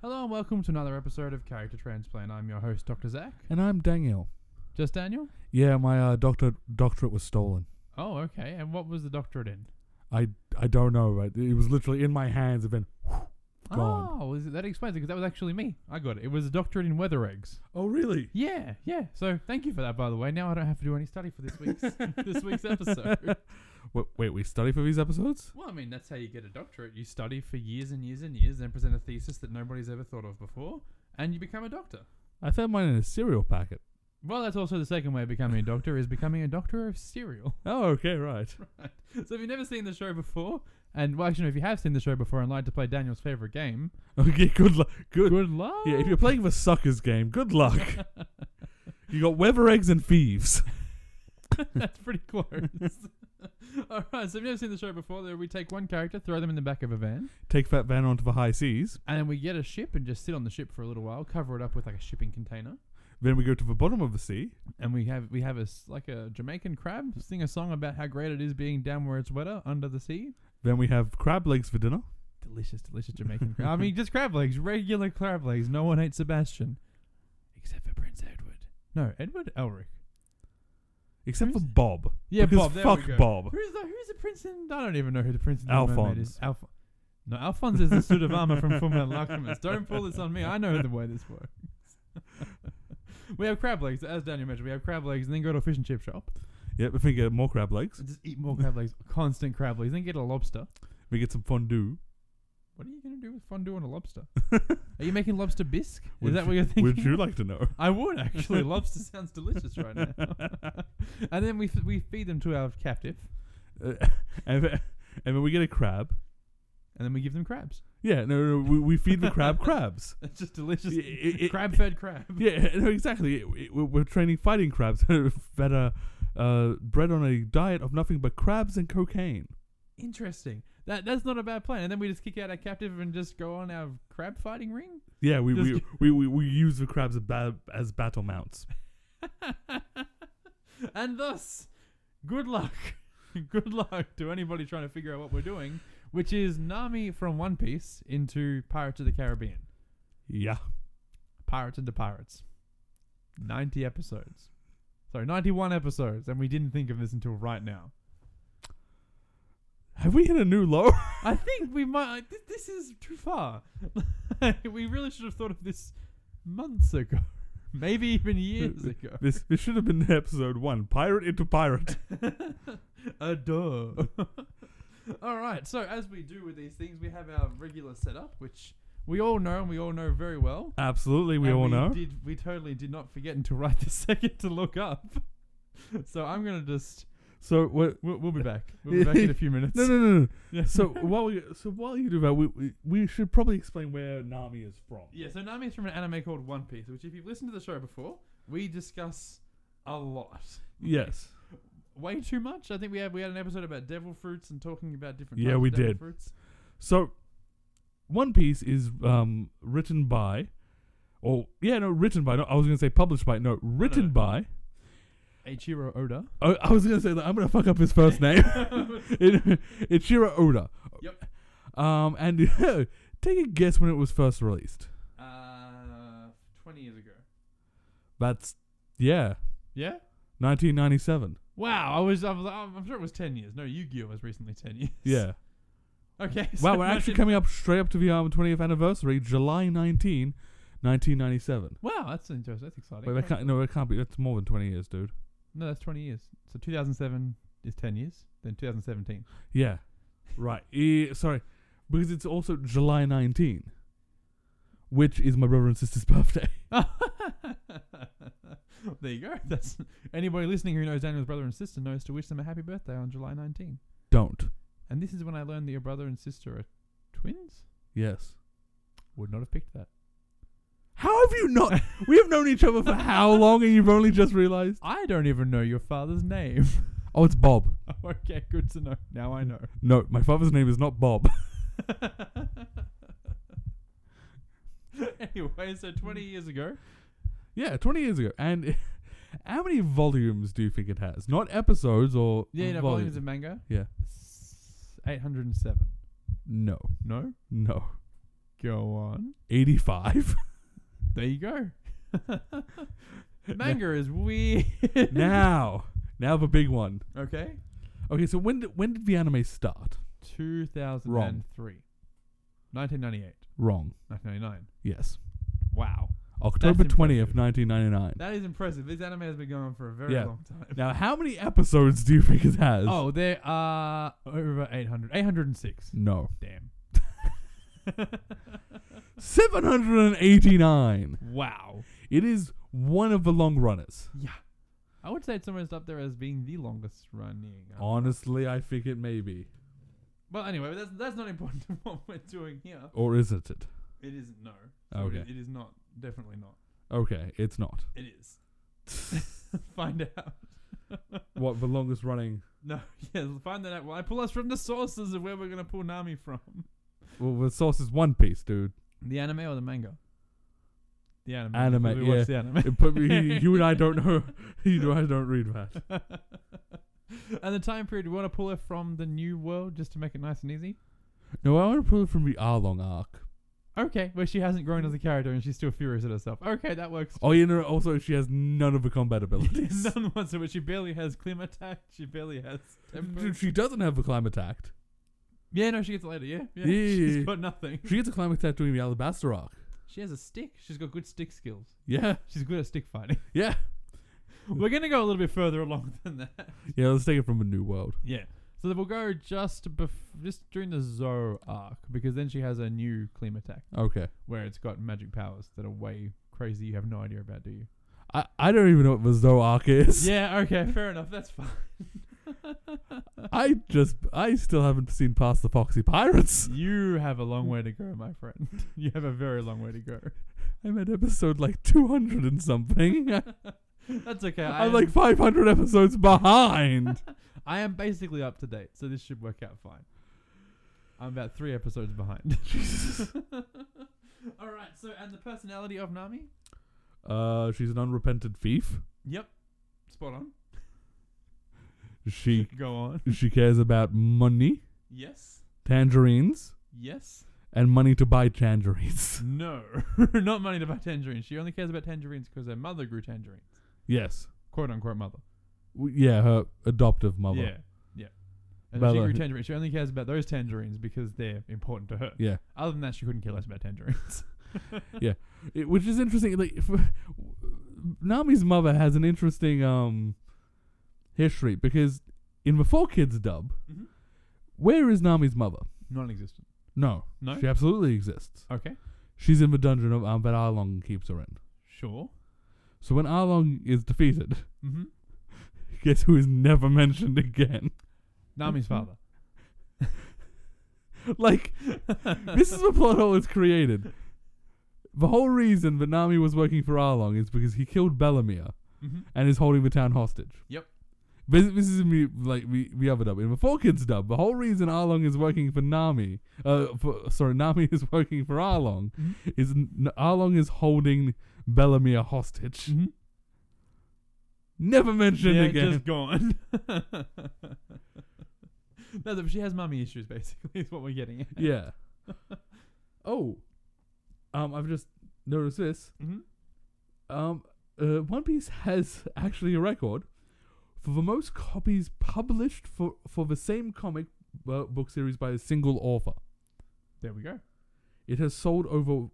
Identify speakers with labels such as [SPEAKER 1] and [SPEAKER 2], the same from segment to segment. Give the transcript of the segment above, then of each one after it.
[SPEAKER 1] Hello and welcome to another episode of Character Transplant. I'm your host, Dr. Zach.
[SPEAKER 2] And I'm Daniel.
[SPEAKER 1] Just Daniel?
[SPEAKER 2] Yeah, my uh, doctor doctorate was stolen.
[SPEAKER 1] Oh, okay. And what was the doctorate in?
[SPEAKER 2] I I don't know, right? It was literally in my hands. I've been Ah. Gone.
[SPEAKER 1] Oh, is it, that explains it because that was actually me. I got it. It was a doctorate in weather eggs.
[SPEAKER 2] oh really?
[SPEAKER 1] Yeah, yeah. So thank you for that, by the way. Now I don't have to do any study for this week's this week's episode.
[SPEAKER 2] Wait, wait, we study for these episodes?
[SPEAKER 1] Well, I mean that's how you get a doctorate. You study for years and years and years, then present a thesis that nobody's ever thought of before, and you become a doctor.
[SPEAKER 2] I found mine in a cereal packet.
[SPEAKER 1] Well, that's also the second way of becoming a doctor is becoming a doctor of cereal.
[SPEAKER 2] Oh, okay, right.
[SPEAKER 1] So if you've never seen the show before, and well, actually, no, if you have seen the show before and like to play Daniel's favorite game,
[SPEAKER 2] Okay, good luck. Good.
[SPEAKER 1] good luck.
[SPEAKER 2] Yeah, if you're playing the suckers game, good luck. you got weather eggs and thieves.
[SPEAKER 1] that's pretty close. All right, so if you've never seen the show before, then we take one character, throw them in the back of a van,
[SPEAKER 2] Take Fat Van onto the high seas.
[SPEAKER 1] and then we get a ship and just sit on the ship for a little while, cover it up with like a shipping container,
[SPEAKER 2] Then we go to the bottom of the sea.
[SPEAKER 1] and we have we have a s- like a Jamaican crab sing a song about how great it is being down where it's wetter under the sea.
[SPEAKER 2] Then we have crab legs for dinner.
[SPEAKER 1] Delicious, delicious Jamaican crab. I mean, just crab legs, regular crab legs. No one ate Sebastian, except for Prince Edward. No, Edward Elric.
[SPEAKER 2] Except for
[SPEAKER 1] Who's-
[SPEAKER 2] Bob.
[SPEAKER 1] Yeah,
[SPEAKER 2] because
[SPEAKER 1] Bob. There
[SPEAKER 2] fuck
[SPEAKER 1] we go.
[SPEAKER 2] Bob.
[SPEAKER 1] Who's the Who's the prince in? I don't even know who the prince in Little
[SPEAKER 2] Alphonse.
[SPEAKER 1] Mermaid is. Alf- no, Alphonse is the suit of armor from Full Metal Alchemist. Don't pull this on me. I know the way this works. we have crab legs, as Daniel mentioned. We have crab legs, and then go to a fish and chip shop.
[SPEAKER 2] Yep, if we get more crab legs,
[SPEAKER 1] And just eat more crab legs, constant crab legs. Then get a lobster.
[SPEAKER 2] we get some fondue.
[SPEAKER 1] What are you gonna do with fondue on a lobster? are you making lobster bisque? Is that what you're thinking?
[SPEAKER 2] Would you like to know?
[SPEAKER 1] I would actually. lobster sounds delicious right now. and then we f- we feed them to our captive,
[SPEAKER 2] Uh, and, then, and then we get a crab.
[SPEAKER 1] and then we give them crabs.
[SPEAKER 2] Yeah, no, no, we, we feed the crab crabs.
[SPEAKER 1] It's just delicious.
[SPEAKER 2] Yeah, it- it-
[SPEAKER 1] crab fed crab.
[SPEAKER 2] Yeah, no, exactly. It- it- we're, we're training fighting crabs that are uh, bred on a diet of nothing but crabs and cocaine.
[SPEAKER 1] Interesting. That that's not a bad plan. And then we just kick out our captive and just go on our crab fighting ring.
[SPEAKER 2] Yeah, we we,
[SPEAKER 1] Just-
[SPEAKER 2] we, we, we use the crabs as, ba- as battle mounts.
[SPEAKER 1] and thus, good luck. good luck to anybody trying to figure out what we're doing, which is Nami from One Piece into Pirates of the Caribbean.
[SPEAKER 2] Yeah,
[SPEAKER 1] Pirates into Pirates. 90 episodes. Sorry, 91 episodes, and we didn't think of this until right now.
[SPEAKER 2] have we hit a new low?
[SPEAKER 1] I think we might. th- This is too far. we really should have thought of this months ago, maybe even years ago.
[SPEAKER 2] this this should have been episode one. Pirate into pirate.
[SPEAKER 1] Adore. all right. So as we do with these things, we have our regular setup, which we all know and we all know very well.
[SPEAKER 2] Absolutely, we
[SPEAKER 1] And
[SPEAKER 2] all know.
[SPEAKER 1] Did, we totally did not forget until right this second to look up. So I'm gonna just.
[SPEAKER 2] So what?
[SPEAKER 1] We'll, we'll be back. We'll be back in a few minutes.
[SPEAKER 2] No, no, no, no.
[SPEAKER 1] Yeah.
[SPEAKER 2] So while we so while you do that, we, we we should probably explain where Nami is from.
[SPEAKER 1] Yeah, so Nami is from an anime called One Piece, which if you've listened to the show before, we discuss a lot.
[SPEAKER 2] Yes.
[SPEAKER 1] Way too much. I think we had we had an episode about devil fruits and talking about different
[SPEAKER 2] Yeah,
[SPEAKER 1] types
[SPEAKER 2] we
[SPEAKER 1] of devil
[SPEAKER 2] did.
[SPEAKER 1] fruits.
[SPEAKER 2] So, One Piece is um, written by, or yeah, no, written by. No, I was gonna say published by. No, written
[SPEAKER 1] no.
[SPEAKER 2] by.
[SPEAKER 1] Ichiro Oda.
[SPEAKER 2] Oh, I was gonna say that I'm gonna fuck up his first name. it, it's Shiro Oda.
[SPEAKER 1] Yep.
[SPEAKER 2] Um, and take a guess when it was first released.
[SPEAKER 1] Uh, 20 years ago.
[SPEAKER 2] That's yeah,
[SPEAKER 1] Yeah?
[SPEAKER 2] 1997.
[SPEAKER 1] Wow, I was, I was I'm sure it was 10 years. No, Yu-Gi-Oh was recently 10 years.
[SPEAKER 2] Yeah.
[SPEAKER 1] Okay. so
[SPEAKER 2] Wow, we're actually
[SPEAKER 1] 19
[SPEAKER 2] coming up straight up to the um, 20th anniversary, July 19, 1997.
[SPEAKER 1] Wow, that's interesting. That's exciting.
[SPEAKER 2] Wait, that
[SPEAKER 1] Alright.
[SPEAKER 2] can't, no, it can't be. That's more than 20 years, dude.
[SPEAKER 1] No, that's 20 years. So 2007 is 10 years, then 2017.
[SPEAKER 2] Yeah. Right. Eh, sorry. Because it's also July 19, which is my brother and sister's birthday.
[SPEAKER 1] there you go. That's anybody listening who knows Daniel's brother and sister knows to wish them a happy birthday on July 19.
[SPEAKER 2] Don't.
[SPEAKER 1] And this is when I learned that your brother and sister are twins.
[SPEAKER 2] Yes.
[SPEAKER 1] Would not have picked that.
[SPEAKER 2] How have you not? we have known each other for how long and you've only just realized?
[SPEAKER 1] I don't even know your father's name.
[SPEAKER 2] Oh, it's Bob.
[SPEAKER 1] okay, good to know. Now I know.
[SPEAKER 2] No, my father's name is not Bob.
[SPEAKER 1] anyway, so 20 years ago,
[SPEAKER 2] yeah, 20 years ago. And how many volumes do you think it has? Not episodes or.
[SPEAKER 1] yeah, no, volumes of manga.
[SPEAKER 2] Yeah.
[SPEAKER 1] S- 807.
[SPEAKER 2] No.
[SPEAKER 1] No?
[SPEAKER 2] No.
[SPEAKER 1] Go on.
[SPEAKER 2] 85.
[SPEAKER 1] There you go. Manga is weird.
[SPEAKER 2] now, now the big one.
[SPEAKER 1] okay.
[SPEAKER 2] Okay, so when did, when did the anime start?
[SPEAKER 1] 2003. 1998.
[SPEAKER 2] Wrong.
[SPEAKER 1] 1999.
[SPEAKER 2] Yes.
[SPEAKER 1] Wow.
[SPEAKER 2] October
[SPEAKER 1] That's
[SPEAKER 2] 20th, 1999.
[SPEAKER 1] That is impressive. This anime has been going on for a very
[SPEAKER 2] Yeah.
[SPEAKER 1] long time.
[SPEAKER 2] Now, how many episodes do you think it has?
[SPEAKER 1] Oh, there are over 800. 806.
[SPEAKER 2] no.
[SPEAKER 1] Damn.
[SPEAKER 2] 789.
[SPEAKER 1] Wow.
[SPEAKER 2] It is one of the long runners.
[SPEAKER 1] Yeah. I would say it's almost up there as being the longest running. uh,
[SPEAKER 2] Honestly, I think it may be.
[SPEAKER 1] Well, anyway, that's that's not important to what we're doing here.
[SPEAKER 2] Or isn't it?
[SPEAKER 1] It isn't no. So it
[SPEAKER 2] Okay.
[SPEAKER 1] is- It is not. Definitely not.
[SPEAKER 2] Okay, it's not.
[SPEAKER 1] It is. find out.
[SPEAKER 2] What, the longest running?
[SPEAKER 1] No. Yeah. Find that out. Well, I pull us from the sources of where we're gonna pull Nami from.
[SPEAKER 2] Well, the source is One Piece, dude.
[SPEAKER 1] The anime or the manga? The anime.
[SPEAKER 2] Anime,
[SPEAKER 1] because We
[SPEAKER 2] yeah.
[SPEAKER 1] watched the anime.
[SPEAKER 2] It put me- you and I don't know. You and I don't read that.
[SPEAKER 1] and the time period we want to pull her from the new world just to make it nice and easy.
[SPEAKER 2] No, I want to pull it from the Arlong arc.
[SPEAKER 1] Okay, where she hasn't grown as a character and she's still furious at herself. Okay, that works.
[SPEAKER 2] Oh, you know, also, she has none of the combat abilities.
[SPEAKER 1] None whatsoever. She barely has climb attack. She barely has tempo.
[SPEAKER 2] Dude, she doesn't have a climb attack.
[SPEAKER 1] Yeah, no, she gets it later. Yeah, yeah.
[SPEAKER 2] Yeah, yeah, yeah.
[SPEAKER 1] She's got nothing.
[SPEAKER 2] She gets a climb attack during the Alabaster arc.
[SPEAKER 1] She has a stick. She's got good stick skills.
[SPEAKER 2] Yeah,
[SPEAKER 1] She's good at stick fighting.
[SPEAKER 2] yeah.
[SPEAKER 1] We're gonna go a little bit further along than that.
[SPEAKER 2] Yeah, let's take it from a new world.
[SPEAKER 1] Yeah. So we'll go just bef- just during the Zoro arc because then she has a new clean attack
[SPEAKER 2] Okay.
[SPEAKER 1] where it's got magic powers that are way crazy. You have no idea about, do you?
[SPEAKER 2] I, I don't even know what the Zoe arc is.
[SPEAKER 1] yeah. Okay. Fair enough. That's fine.
[SPEAKER 2] I just, I still haven't seen past the Foxy Pirates.
[SPEAKER 1] You have a long way to go, my friend. You have a very long way to go.
[SPEAKER 2] I'm at episode like 200 and something.
[SPEAKER 1] That's okay. I
[SPEAKER 2] I'm
[SPEAKER 1] am,
[SPEAKER 2] like 500 episodes behind.
[SPEAKER 1] I am basically up to date, so this should work out fine. I'm about three episodes behind. All right. So, and the personality of Nami?
[SPEAKER 2] uh, she's an unrepentant thief.
[SPEAKER 1] Yep. Spot on.
[SPEAKER 2] She
[SPEAKER 1] Go on.
[SPEAKER 2] she cares about money,
[SPEAKER 1] Yes.
[SPEAKER 2] tangerines,
[SPEAKER 1] Yes.
[SPEAKER 2] and money to buy tangerines.
[SPEAKER 1] No. Not money to buy tangerines. She only cares about tangerines because her mother grew tangerines.
[SPEAKER 2] yes.
[SPEAKER 1] Quote unquote mother.
[SPEAKER 2] W- Yeah, her adoptive mother.
[SPEAKER 1] Yeah. Yeah. And she
[SPEAKER 2] Bella.
[SPEAKER 1] grew tangerines. She only cares about those tangerines because they're important to her.
[SPEAKER 2] Yeah.
[SPEAKER 1] Other than that, she couldn't care less about tangerines.
[SPEAKER 2] It, which is interesting. Like if, Nami's mother has an interesting um history because in the four kids dub,
[SPEAKER 1] Mhm.
[SPEAKER 2] where is Nami's mother?
[SPEAKER 1] Non existent.
[SPEAKER 2] No,
[SPEAKER 1] No?
[SPEAKER 2] she absolutely exists.
[SPEAKER 1] Okay.
[SPEAKER 2] She's in the dungeon of um, that Arlong keeps her in.
[SPEAKER 1] Sure.
[SPEAKER 2] So when Arlong is defeated,
[SPEAKER 1] Mm-hmm.
[SPEAKER 2] guess who is never mentioned again?
[SPEAKER 1] Nami's father.
[SPEAKER 2] like this is a plot hole it's created. The whole reason that Nami was working for Arlong is because he killed Bellamere.
[SPEAKER 1] Mm-hmm.
[SPEAKER 2] and is holding the town hostage.
[SPEAKER 1] Yep.
[SPEAKER 2] This, this is me like we we have a dub in the four kids dub. The whole reason Arlong is working for Nami, uh, for, sorry, Nami is working for Arlong,
[SPEAKER 1] Mhm.
[SPEAKER 2] is N- Arlong is holding Bellamy a hostage.
[SPEAKER 1] Mhm.
[SPEAKER 2] Never mentioned
[SPEAKER 1] Yeah,
[SPEAKER 2] again.
[SPEAKER 1] just gone. no, but she has mummy issues, basically, is what we're getting at.
[SPEAKER 2] yeah. oh, um, I've just noticed this.
[SPEAKER 1] Mhm.
[SPEAKER 2] Um, uh, One Piece has actually a record for the most copies published for, for the same comic uh, book series by a single author.
[SPEAKER 1] There we go.
[SPEAKER 2] It has sold over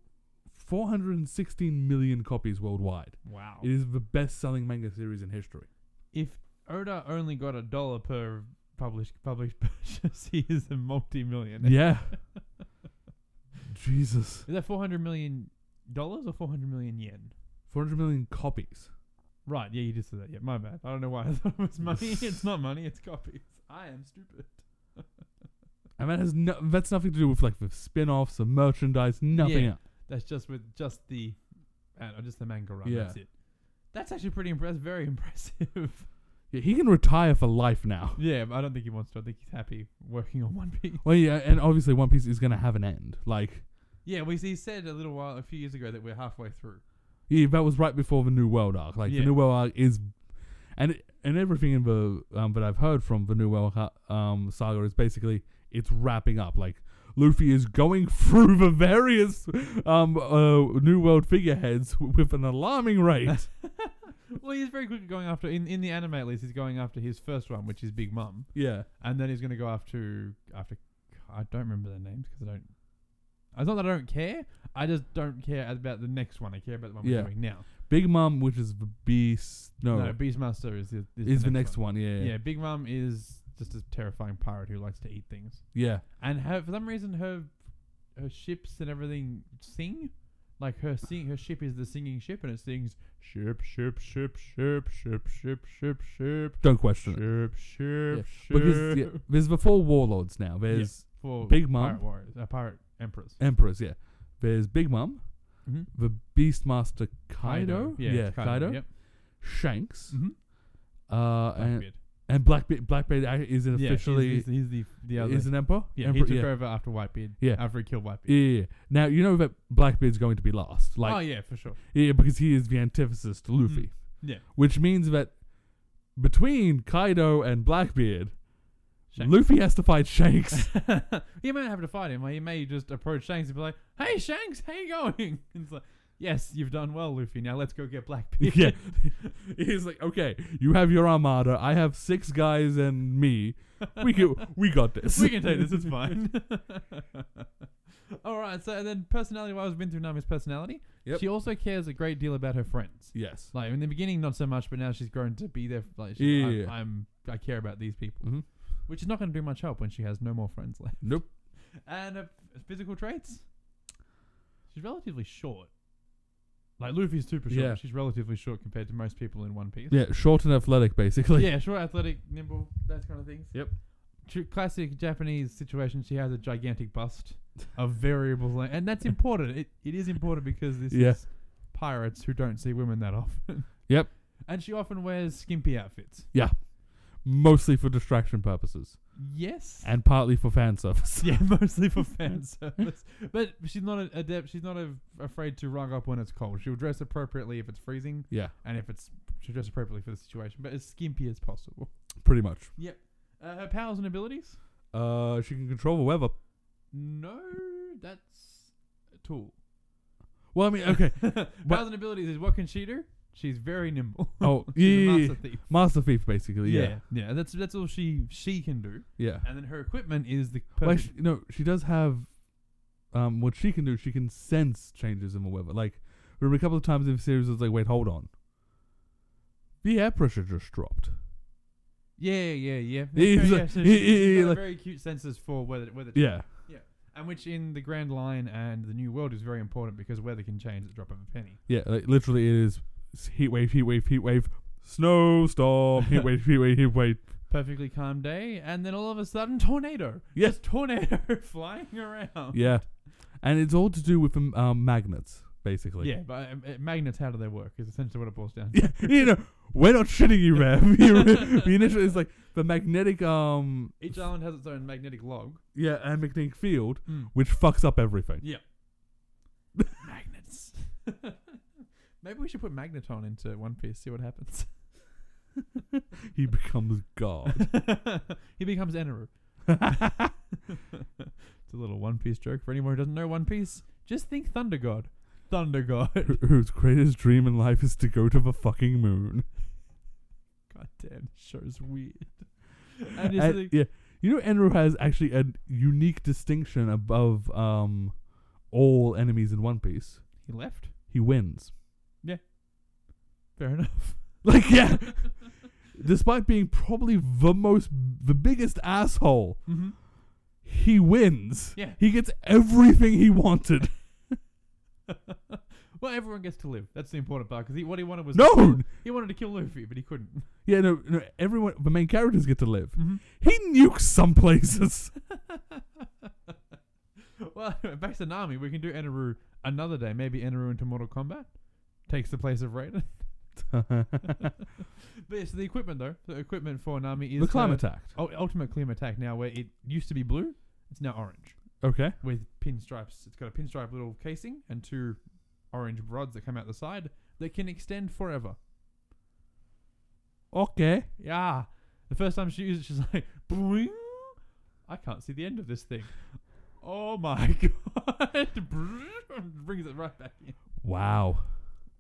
[SPEAKER 2] 416 million copies worldwide.
[SPEAKER 1] Wow.
[SPEAKER 2] It is the best selling manga series in history.
[SPEAKER 1] if Oda only got a dollar per published published purchase, he is a multi-millionaire.
[SPEAKER 2] Yeah. Jesus.
[SPEAKER 1] Is that four hundred million dollars or four hundred million yen?
[SPEAKER 2] 400 million copies.
[SPEAKER 1] Right. Yeah, you just said that. Yeah, my bad. I don't know why I thought it was money. it's not money. It's copies. I am stupid.
[SPEAKER 2] And that has no, that's nothing to do with like the spin offs, the merchandise, nothing
[SPEAKER 1] Yeah.
[SPEAKER 2] else.
[SPEAKER 1] That's just with just the, uh, just the manga run.
[SPEAKER 2] Yeah.
[SPEAKER 1] That's it. That's actually pretty impressive. Very impressive.
[SPEAKER 2] Yeah, he can retire for life now.
[SPEAKER 1] yeah, but I don't think he wants to. I think he's happy working on One Piece.
[SPEAKER 2] Well, yeah, and obviously One Piece is going to have an end. Like,
[SPEAKER 1] Yeah, we he said a little while, a few years ago, that we're halfway through.
[SPEAKER 2] yeah, that was right before the New World arc. Like,
[SPEAKER 1] Yeah.
[SPEAKER 2] the New World arc is, and it, and everything in the um, that I've heard from the New World ha- um, saga is basically it's wrapping up. Like, Luffy is going through the various um, uh, New World figureheads with an alarming rate.
[SPEAKER 1] Well, he's very quickly going after in in the anime at least. He's going after his first one, which is Big Mum,
[SPEAKER 2] yeah.
[SPEAKER 1] and then he's going to go after after I don't remember their names because I don't. It's not that I don't care. I just don't care about the next one. I care about the one
[SPEAKER 2] Yeah.
[SPEAKER 1] we're doing now.
[SPEAKER 2] Big Mum, which is the beast. No,
[SPEAKER 1] No, Beastmaster is the Oh, is,
[SPEAKER 2] is the next one. Yeah,
[SPEAKER 1] Yeah,
[SPEAKER 2] yeah,
[SPEAKER 1] Big Mum is just a terrifying pirate who likes to eat things.
[SPEAKER 2] yeah.
[SPEAKER 1] And her, for some reason, her her ships and everything sing. Like her sing, her ship is the singing ship, and it sings ship, ship, ship, ship, ship, ship, ship, ship,
[SPEAKER 2] Don't question it.
[SPEAKER 1] ship, ship,
[SPEAKER 2] Because yeah,
[SPEAKER 1] ship.
[SPEAKER 2] there's the four warlords now. There's
[SPEAKER 1] For
[SPEAKER 2] Big
[SPEAKER 1] pirate
[SPEAKER 2] Mum.
[SPEAKER 1] warriors, uh, pirate emperors.
[SPEAKER 2] emperors. Yeah, there's Big Mum,
[SPEAKER 1] Mm-hmm.
[SPEAKER 2] the Beastmaster Kaido.
[SPEAKER 1] yeah, it's
[SPEAKER 2] Kaido.
[SPEAKER 1] Yep.
[SPEAKER 2] Shanks.
[SPEAKER 1] Mm-hmm.
[SPEAKER 2] Uh, and
[SPEAKER 1] Blackbeard.
[SPEAKER 2] and Blackbeard. Blackbeard ac- is
[SPEAKER 1] Yeah, he's-
[SPEAKER 2] officially
[SPEAKER 1] he's, he's the the other.
[SPEAKER 2] is an emperor.
[SPEAKER 1] yeah,
[SPEAKER 2] Emperor,
[SPEAKER 1] he took
[SPEAKER 2] yeah.
[SPEAKER 1] over after Whitebeard.
[SPEAKER 2] Yeah.
[SPEAKER 1] after he killed Whitebeard.
[SPEAKER 2] Yeah, yeah, yeah. Now you know that Blackbeard's going to be last, like
[SPEAKER 1] oh yeah, for sure.
[SPEAKER 2] yeah, because he is the antithesis to Luffy.
[SPEAKER 1] Yeah,
[SPEAKER 2] which means that between Kaido and Blackbeard,
[SPEAKER 1] Shanks.
[SPEAKER 2] Luffy has to fight Shanks.
[SPEAKER 1] he may not have to fight him. or He may just approach Shanks and be like, "Hey, Shanks, how you going?" And it's like, "Yes, you've done well, Luffy. Now let's go get Blackbeard."
[SPEAKER 2] yeah, he's like, okay, you have your armada, I have six guys and me. We can, we got this.
[SPEAKER 1] we can take this. It's fine. All right. So and then personality-wise, we've been through Nami's personality.
[SPEAKER 2] Yep.
[SPEAKER 1] She also cares a great deal about her friends.
[SPEAKER 2] yes.
[SPEAKER 1] Like in the beginning, not so much, but now she's grown to be there. for- Like, she,
[SPEAKER 2] Yeah, yeah,
[SPEAKER 1] I'm,
[SPEAKER 2] yeah.
[SPEAKER 1] I'm, I care about these people,
[SPEAKER 2] Mhm.
[SPEAKER 1] which is not going to do much help when she has no more friends left.
[SPEAKER 2] Nope.
[SPEAKER 1] And uh, physical traits. She's relatively short. Like Luffy's super short.
[SPEAKER 2] Yeah.
[SPEAKER 1] She's relatively short compared to most people in One Piece.
[SPEAKER 2] Yeah, short and athletic, basically.
[SPEAKER 1] yeah, short, athletic, nimble, that kind of things.
[SPEAKER 2] Yep.
[SPEAKER 1] Tr- classic Japanese situation. She has a gigantic bust, a variable, length, and that's important. It it is important because this
[SPEAKER 2] Yeah.
[SPEAKER 1] is pirates who don't see women that often.
[SPEAKER 2] Yep.
[SPEAKER 1] And she often wears skimpy outfits.
[SPEAKER 2] Mostly for distraction purposes
[SPEAKER 1] Yes.
[SPEAKER 2] and partly for fan service.
[SPEAKER 1] yeah, mostly for fan service. But she's not an adept. She's not a, afraid to rug up when it's cold. She'll dress appropriately if it's freezing,
[SPEAKER 2] Yeah,
[SPEAKER 1] and if it's she'll dress appropriately for the situation, but as skimpy as possible.
[SPEAKER 2] pretty much.
[SPEAKER 1] Uh, her powers and abilities?
[SPEAKER 2] Uh, she can control the weather.
[SPEAKER 1] No, that's a tool.
[SPEAKER 2] Well, I mean, okay.
[SPEAKER 1] powers and abilities is what can she do? She's very nimble.
[SPEAKER 2] Oh,
[SPEAKER 1] she's
[SPEAKER 2] yeah,
[SPEAKER 1] a
[SPEAKER 2] yeah,
[SPEAKER 1] master thief.
[SPEAKER 2] Master Thief, basically. Yeah,
[SPEAKER 1] yeah, yeah. That's that's all she she can do.
[SPEAKER 2] yeah.
[SPEAKER 1] And then her equipment is the perfect.
[SPEAKER 2] Well, she, no, she does have. Um, what she can do, she can sense changes in the weather. Like there were a couple of times in the series, I was like, "Wait, hold on." The air pressure just dropped.
[SPEAKER 1] Yeah, yeah, yeah.
[SPEAKER 2] Yeah,
[SPEAKER 1] That's
[SPEAKER 2] yeah,
[SPEAKER 1] very-
[SPEAKER 2] yeah,
[SPEAKER 1] so
[SPEAKER 2] yeah,
[SPEAKER 1] she's
[SPEAKER 2] yeah,
[SPEAKER 1] got
[SPEAKER 2] like-
[SPEAKER 1] very cute senses for weather, weather,
[SPEAKER 2] Yeah,
[SPEAKER 1] and which in the Grand Line and the New World is very important because weather can change at the drop of a penny.
[SPEAKER 2] yeah. Like literally, it is s- heat wave, heat wave, heat wave, snowstorm, heat wave, heat wave, heat wave.
[SPEAKER 1] Perfectly calm day, and then all of a sudden, tornado.
[SPEAKER 2] Yes.
[SPEAKER 1] tornado flying around.
[SPEAKER 2] Yeah, and it's all to do with um, um magnets, basically.
[SPEAKER 1] yeah. But um, uh, magnets, how do they work? Is essentially what it boils down. to.
[SPEAKER 2] yeah. You know, we're not shitting you, man. the initial is like the magnetic um
[SPEAKER 1] Each island has its own magnetic log.
[SPEAKER 2] yeah and magnetic field,
[SPEAKER 1] Mm.
[SPEAKER 2] which fucks up everything.
[SPEAKER 1] Yeah. Magnets. Maybe we should put Magneton into One Piece. See what happens.
[SPEAKER 2] He becomes God.
[SPEAKER 1] he becomes Eneru. it's a little One Piece joke for anyone who doesn't know One Piece. Just think Thunder God. Thunder God.
[SPEAKER 2] wh- whose greatest dream in life is to go to the fucking moon.
[SPEAKER 1] God damn, this show's weird. And it's
[SPEAKER 2] And-
[SPEAKER 1] like-
[SPEAKER 2] yeah, you know, Enru has actually a unique distinction above um all enemies in One Piece.
[SPEAKER 1] he left.
[SPEAKER 2] He wins.
[SPEAKER 1] Fair enough.
[SPEAKER 2] Like, yeah, despite being probably the most, the biggest asshole,
[SPEAKER 1] Mm-hmm.
[SPEAKER 2] he wins.
[SPEAKER 1] Yeah.
[SPEAKER 2] He gets everything he wanted.
[SPEAKER 1] well, everyone gets to live. That's the important part. Because what he wanted was
[SPEAKER 2] No,
[SPEAKER 1] he wanted to kill Luffy, but he couldn't.
[SPEAKER 2] yeah, no, no. Everyone, the main characters get to live.
[SPEAKER 1] Mm-hmm.
[SPEAKER 2] He nukes some places.
[SPEAKER 1] well, back to Nami. We can do Eneru another day. Maybe Eneru into Mortal Kombat takes the place of Raiden. But yeah, so the equipment though, the equipment for Nami is
[SPEAKER 2] the
[SPEAKER 1] her
[SPEAKER 2] climate act.
[SPEAKER 1] ul- ultimate climb attack now, where it used to be blue, it's now orange
[SPEAKER 2] Okay.
[SPEAKER 1] with pinstripes. It's got a pinstripe little casing and two orange rods that come out the side that can extend forever.
[SPEAKER 2] Okay.
[SPEAKER 1] Yeah. The first time she used it, she's like, boing. I can't see the end of this thing. Oh my god! Brings it right back in.
[SPEAKER 2] Wow.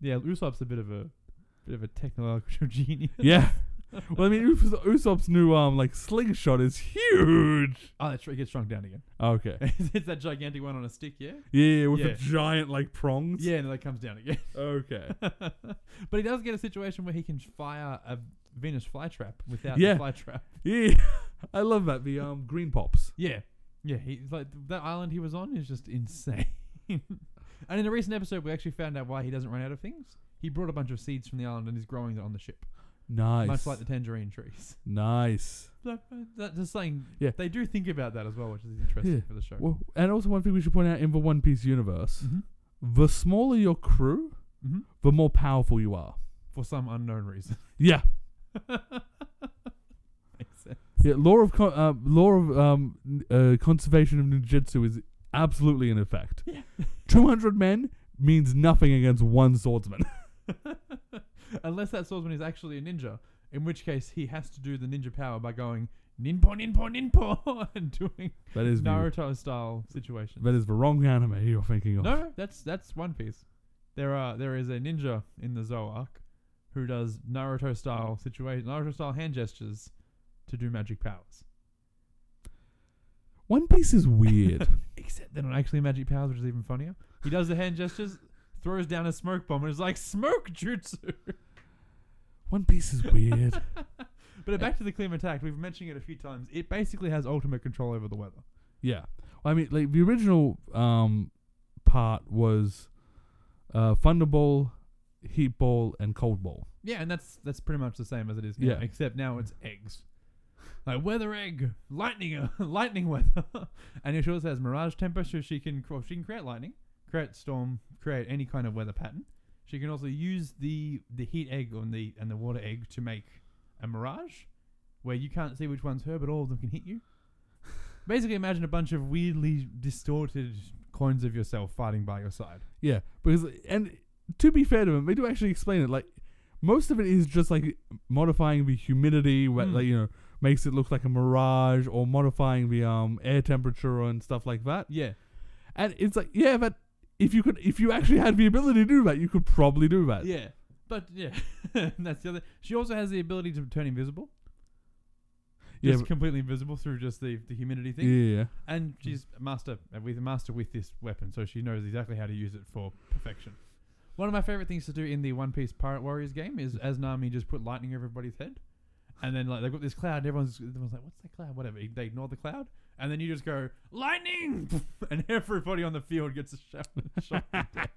[SPEAKER 1] Yeah, Usopp's a bit of a bit of a technological genius.
[SPEAKER 2] Yeah. well, I mean, Us- Usopp's new um like slingshot is huge.
[SPEAKER 1] Oh, that's right. It gets shrunk down again.
[SPEAKER 2] Okay.
[SPEAKER 1] it's that gigantic one on a stick, yeah.
[SPEAKER 2] Yeah, yeah with the
[SPEAKER 1] Yeah.
[SPEAKER 2] giant like prongs.
[SPEAKER 1] Yeah, and that comes down again.
[SPEAKER 2] Okay.
[SPEAKER 1] but he does get a situation where he can fire a Venus flytrap without
[SPEAKER 2] Yeah.
[SPEAKER 1] the flytrap.
[SPEAKER 2] yeah. I love that the um green pops.
[SPEAKER 1] Yeah, yeah. He's like that island he was on is just insane. and in a recent episode, we actually found out why he doesn't run out of things. He brought a bunch of seeds from the island and is growing them on the ship,
[SPEAKER 2] Nice.
[SPEAKER 1] much like the tangerine trees.
[SPEAKER 2] nice.
[SPEAKER 1] That, that just saying.
[SPEAKER 2] Yeah.
[SPEAKER 1] they do think about that as well, which is interesting
[SPEAKER 2] Yeah.
[SPEAKER 1] for the show.
[SPEAKER 2] Well, and also one thing we should point out in the One Piece universe,
[SPEAKER 1] hmm
[SPEAKER 2] the smaller your crew,
[SPEAKER 1] hmm
[SPEAKER 2] the more powerful you are.
[SPEAKER 1] For some unknown reason.
[SPEAKER 2] Yeah.
[SPEAKER 1] Makes sense.
[SPEAKER 2] Yeah. Law of con- uh, law of um n- uh, conservation of ninjutsu is absolutely in effect.
[SPEAKER 1] Yeah.
[SPEAKER 2] Two hundred men means nothing against one swordsman.
[SPEAKER 1] Unless that swordsman is actually a ninja, in which case he has to do the ninja power by going ninpo ninpo ninpo and doing
[SPEAKER 2] that is the,
[SPEAKER 1] Naruto style situation.
[SPEAKER 2] that is the wrong anime you're thinking of.
[SPEAKER 1] No, that's that's One Piece. There are there is a ninja in the Zoroark who does Naruto style situation Naruto style hand gestures to do magic powers.
[SPEAKER 2] One Piece is weird.
[SPEAKER 1] Except they're not actually magic powers, which is even funnier. He does the hand gestures, throws down a smoke bomb, and is like smoke jutsu.
[SPEAKER 2] One Piece is weird.
[SPEAKER 1] But back to the Climattack, we've mentioned it a few times. It basically has ultimate control over the weather.
[SPEAKER 2] yeah. Well, I mean, like the original um part was uh Thunderball, Heat Ball, and Cold Ball.
[SPEAKER 1] Yeah, and that's that's pretty much the same as it is now,
[SPEAKER 2] Yeah.
[SPEAKER 1] except now it's eggs. Like weather egg, lightning, uh, lightning weather, and it also has mirage temper, so she can well, she can create lightning, create storm, create any kind of weather pattern. She can also use the the heat egg and the and the water egg to make a mirage, where you can't see which one's her, but all of them can hit you. Basically, imagine a bunch of weirdly distorted coins of yourself fighting by your side.
[SPEAKER 2] Yeah, because and to be fair to them, they do actually explain it. Like most of it is just like modifying the humidity, where,
[SPEAKER 1] Hmm.
[SPEAKER 2] like you know, makes it look like a mirage, or modifying the um air temperature and stuff like that.
[SPEAKER 1] Yeah,
[SPEAKER 2] And it's like, yeah, but if you could, if you actually had the ability to do that, you could probably do that.
[SPEAKER 1] Yeah, but yeah, that's the other. She also has the ability to turn invisible,
[SPEAKER 2] yeah,
[SPEAKER 1] just
[SPEAKER 2] but-
[SPEAKER 1] completely invisible through just the, the humidity
[SPEAKER 2] yeah,
[SPEAKER 1] thing.
[SPEAKER 2] yeah. yeah.
[SPEAKER 1] And she's a master uh, with a master with this weapon, so she knows exactly how to use it for perfection. One of my favorite things to do in the One Piece Pirate Warriors game is
[SPEAKER 2] Mm.
[SPEAKER 1] as Nami just put lightning over everybody's head, and then like they've got this cloud, and everyone's everyone's like, "What's that cloud?" Whatever. They ignore the cloud, and then you just go lightning, and everybody on the field gets a shot. shot to death.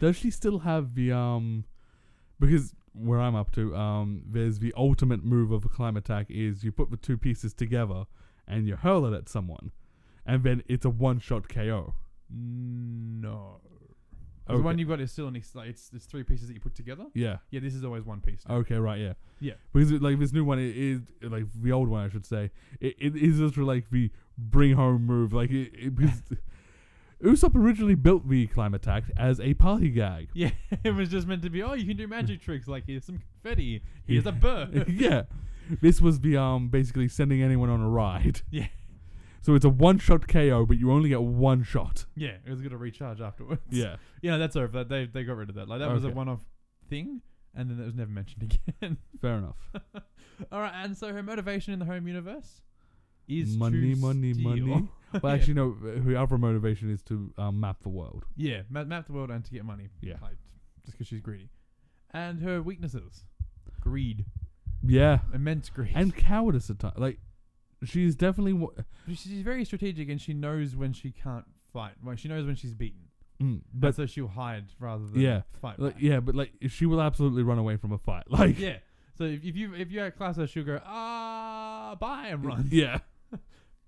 [SPEAKER 2] Does she still have the um? Because where I'm up to, um, there's the ultimate move of a climb attack is you put the two pieces together and you hurl it at someone, and then it's a one shot KO.
[SPEAKER 1] No. 'Cause The one you've got is still an ex- like it's, it's three pieces that you put together.
[SPEAKER 2] Yeah.
[SPEAKER 1] Yeah, this is always one piece. now.
[SPEAKER 2] Okay. Right. Yeah.
[SPEAKER 1] Yeah.
[SPEAKER 2] Because it, like this new one it is like the old one, I should say. It, it is just like the bring home move. Like it, it because Usopp originally built the climb attack as a party gag.
[SPEAKER 1] Yeah, it was just meant to be. Oh, you can do magic tricks. Like here's some confetti. Here's a bird.
[SPEAKER 2] yeah. This was the um basically sending anyone on a ride.
[SPEAKER 1] Yeah.
[SPEAKER 2] So it's a one shot KO, but you only get one shot.
[SPEAKER 1] yeah, it was gonna recharge afterwards.
[SPEAKER 2] Yeah.
[SPEAKER 1] yeah, that's over. That- They they got rid of that. Like that was a
[SPEAKER 2] Okay.
[SPEAKER 1] one-off thing, and then it was never mentioned again.
[SPEAKER 2] Fair enough.
[SPEAKER 1] All right, and so her motivation in the home universe is
[SPEAKER 2] Money,
[SPEAKER 1] to
[SPEAKER 2] money,
[SPEAKER 1] steal.
[SPEAKER 2] money. Well,
[SPEAKER 1] Yeah.
[SPEAKER 2] actually, no. uh, Her other motivation is to um, map the world.
[SPEAKER 1] Yeah, map, map the world and to get money.
[SPEAKER 2] Yeah.
[SPEAKER 1] like, just because she's greedy, and her weaknesses, greed,
[SPEAKER 2] Yeah.
[SPEAKER 1] immense greed,
[SPEAKER 2] And cowardice at times. Like, she's definitely. Wa-
[SPEAKER 1] But She's very strategic and she knows when she can't fight. Well, she knows when she's beaten.
[SPEAKER 2] mm,
[SPEAKER 1] But
[SPEAKER 2] but
[SPEAKER 1] so she'll hide rather than
[SPEAKER 2] Yeah.
[SPEAKER 1] fight.
[SPEAKER 2] like,
[SPEAKER 1] back.
[SPEAKER 2] yeah, but like she will absolutely run away from a fight. Like,
[SPEAKER 1] Yeah. So if, if you if you outclass her, she'll go ah bye and run.
[SPEAKER 2] yeah,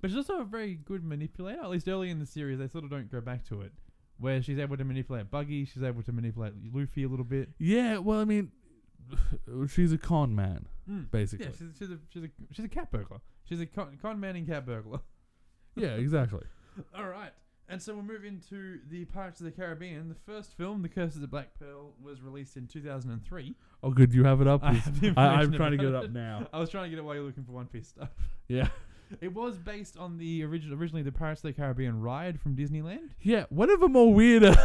[SPEAKER 1] But she's also a very good manipulator. At least early in the series, they sort of don't go back to it, where she's able to manipulate Buggy. She's able to manipulate Luffy a little bit.
[SPEAKER 2] yeah. Well, I mean, she's a con man,
[SPEAKER 1] Mm.
[SPEAKER 2] Hmm. basically.
[SPEAKER 1] Yeah, she's, she's a she's a she's a cat burglar. She's a con, con man and cat burglar.
[SPEAKER 2] yeah, exactly.
[SPEAKER 1] All right. And so we'll move into the Pirates of the Caribbean. The first film, The Curse of the Black Pearl, was released in 2003.
[SPEAKER 2] Oh, good. You have it up.
[SPEAKER 1] I have the
[SPEAKER 2] I, I'm
[SPEAKER 1] information
[SPEAKER 2] trying to
[SPEAKER 1] about
[SPEAKER 2] get
[SPEAKER 1] it.
[SPEAKER 2] it up now.
[SPEAKER 1] I was trying to get it while you're looking for One Piece stuff.
[SPEAKER 2] Yeah.
[SPEAKER 1] It was based on the original, originally the Pirates of the Caribbean ride from Disneyland.
[SPEAKER 2] Yeah, whatever more weirder.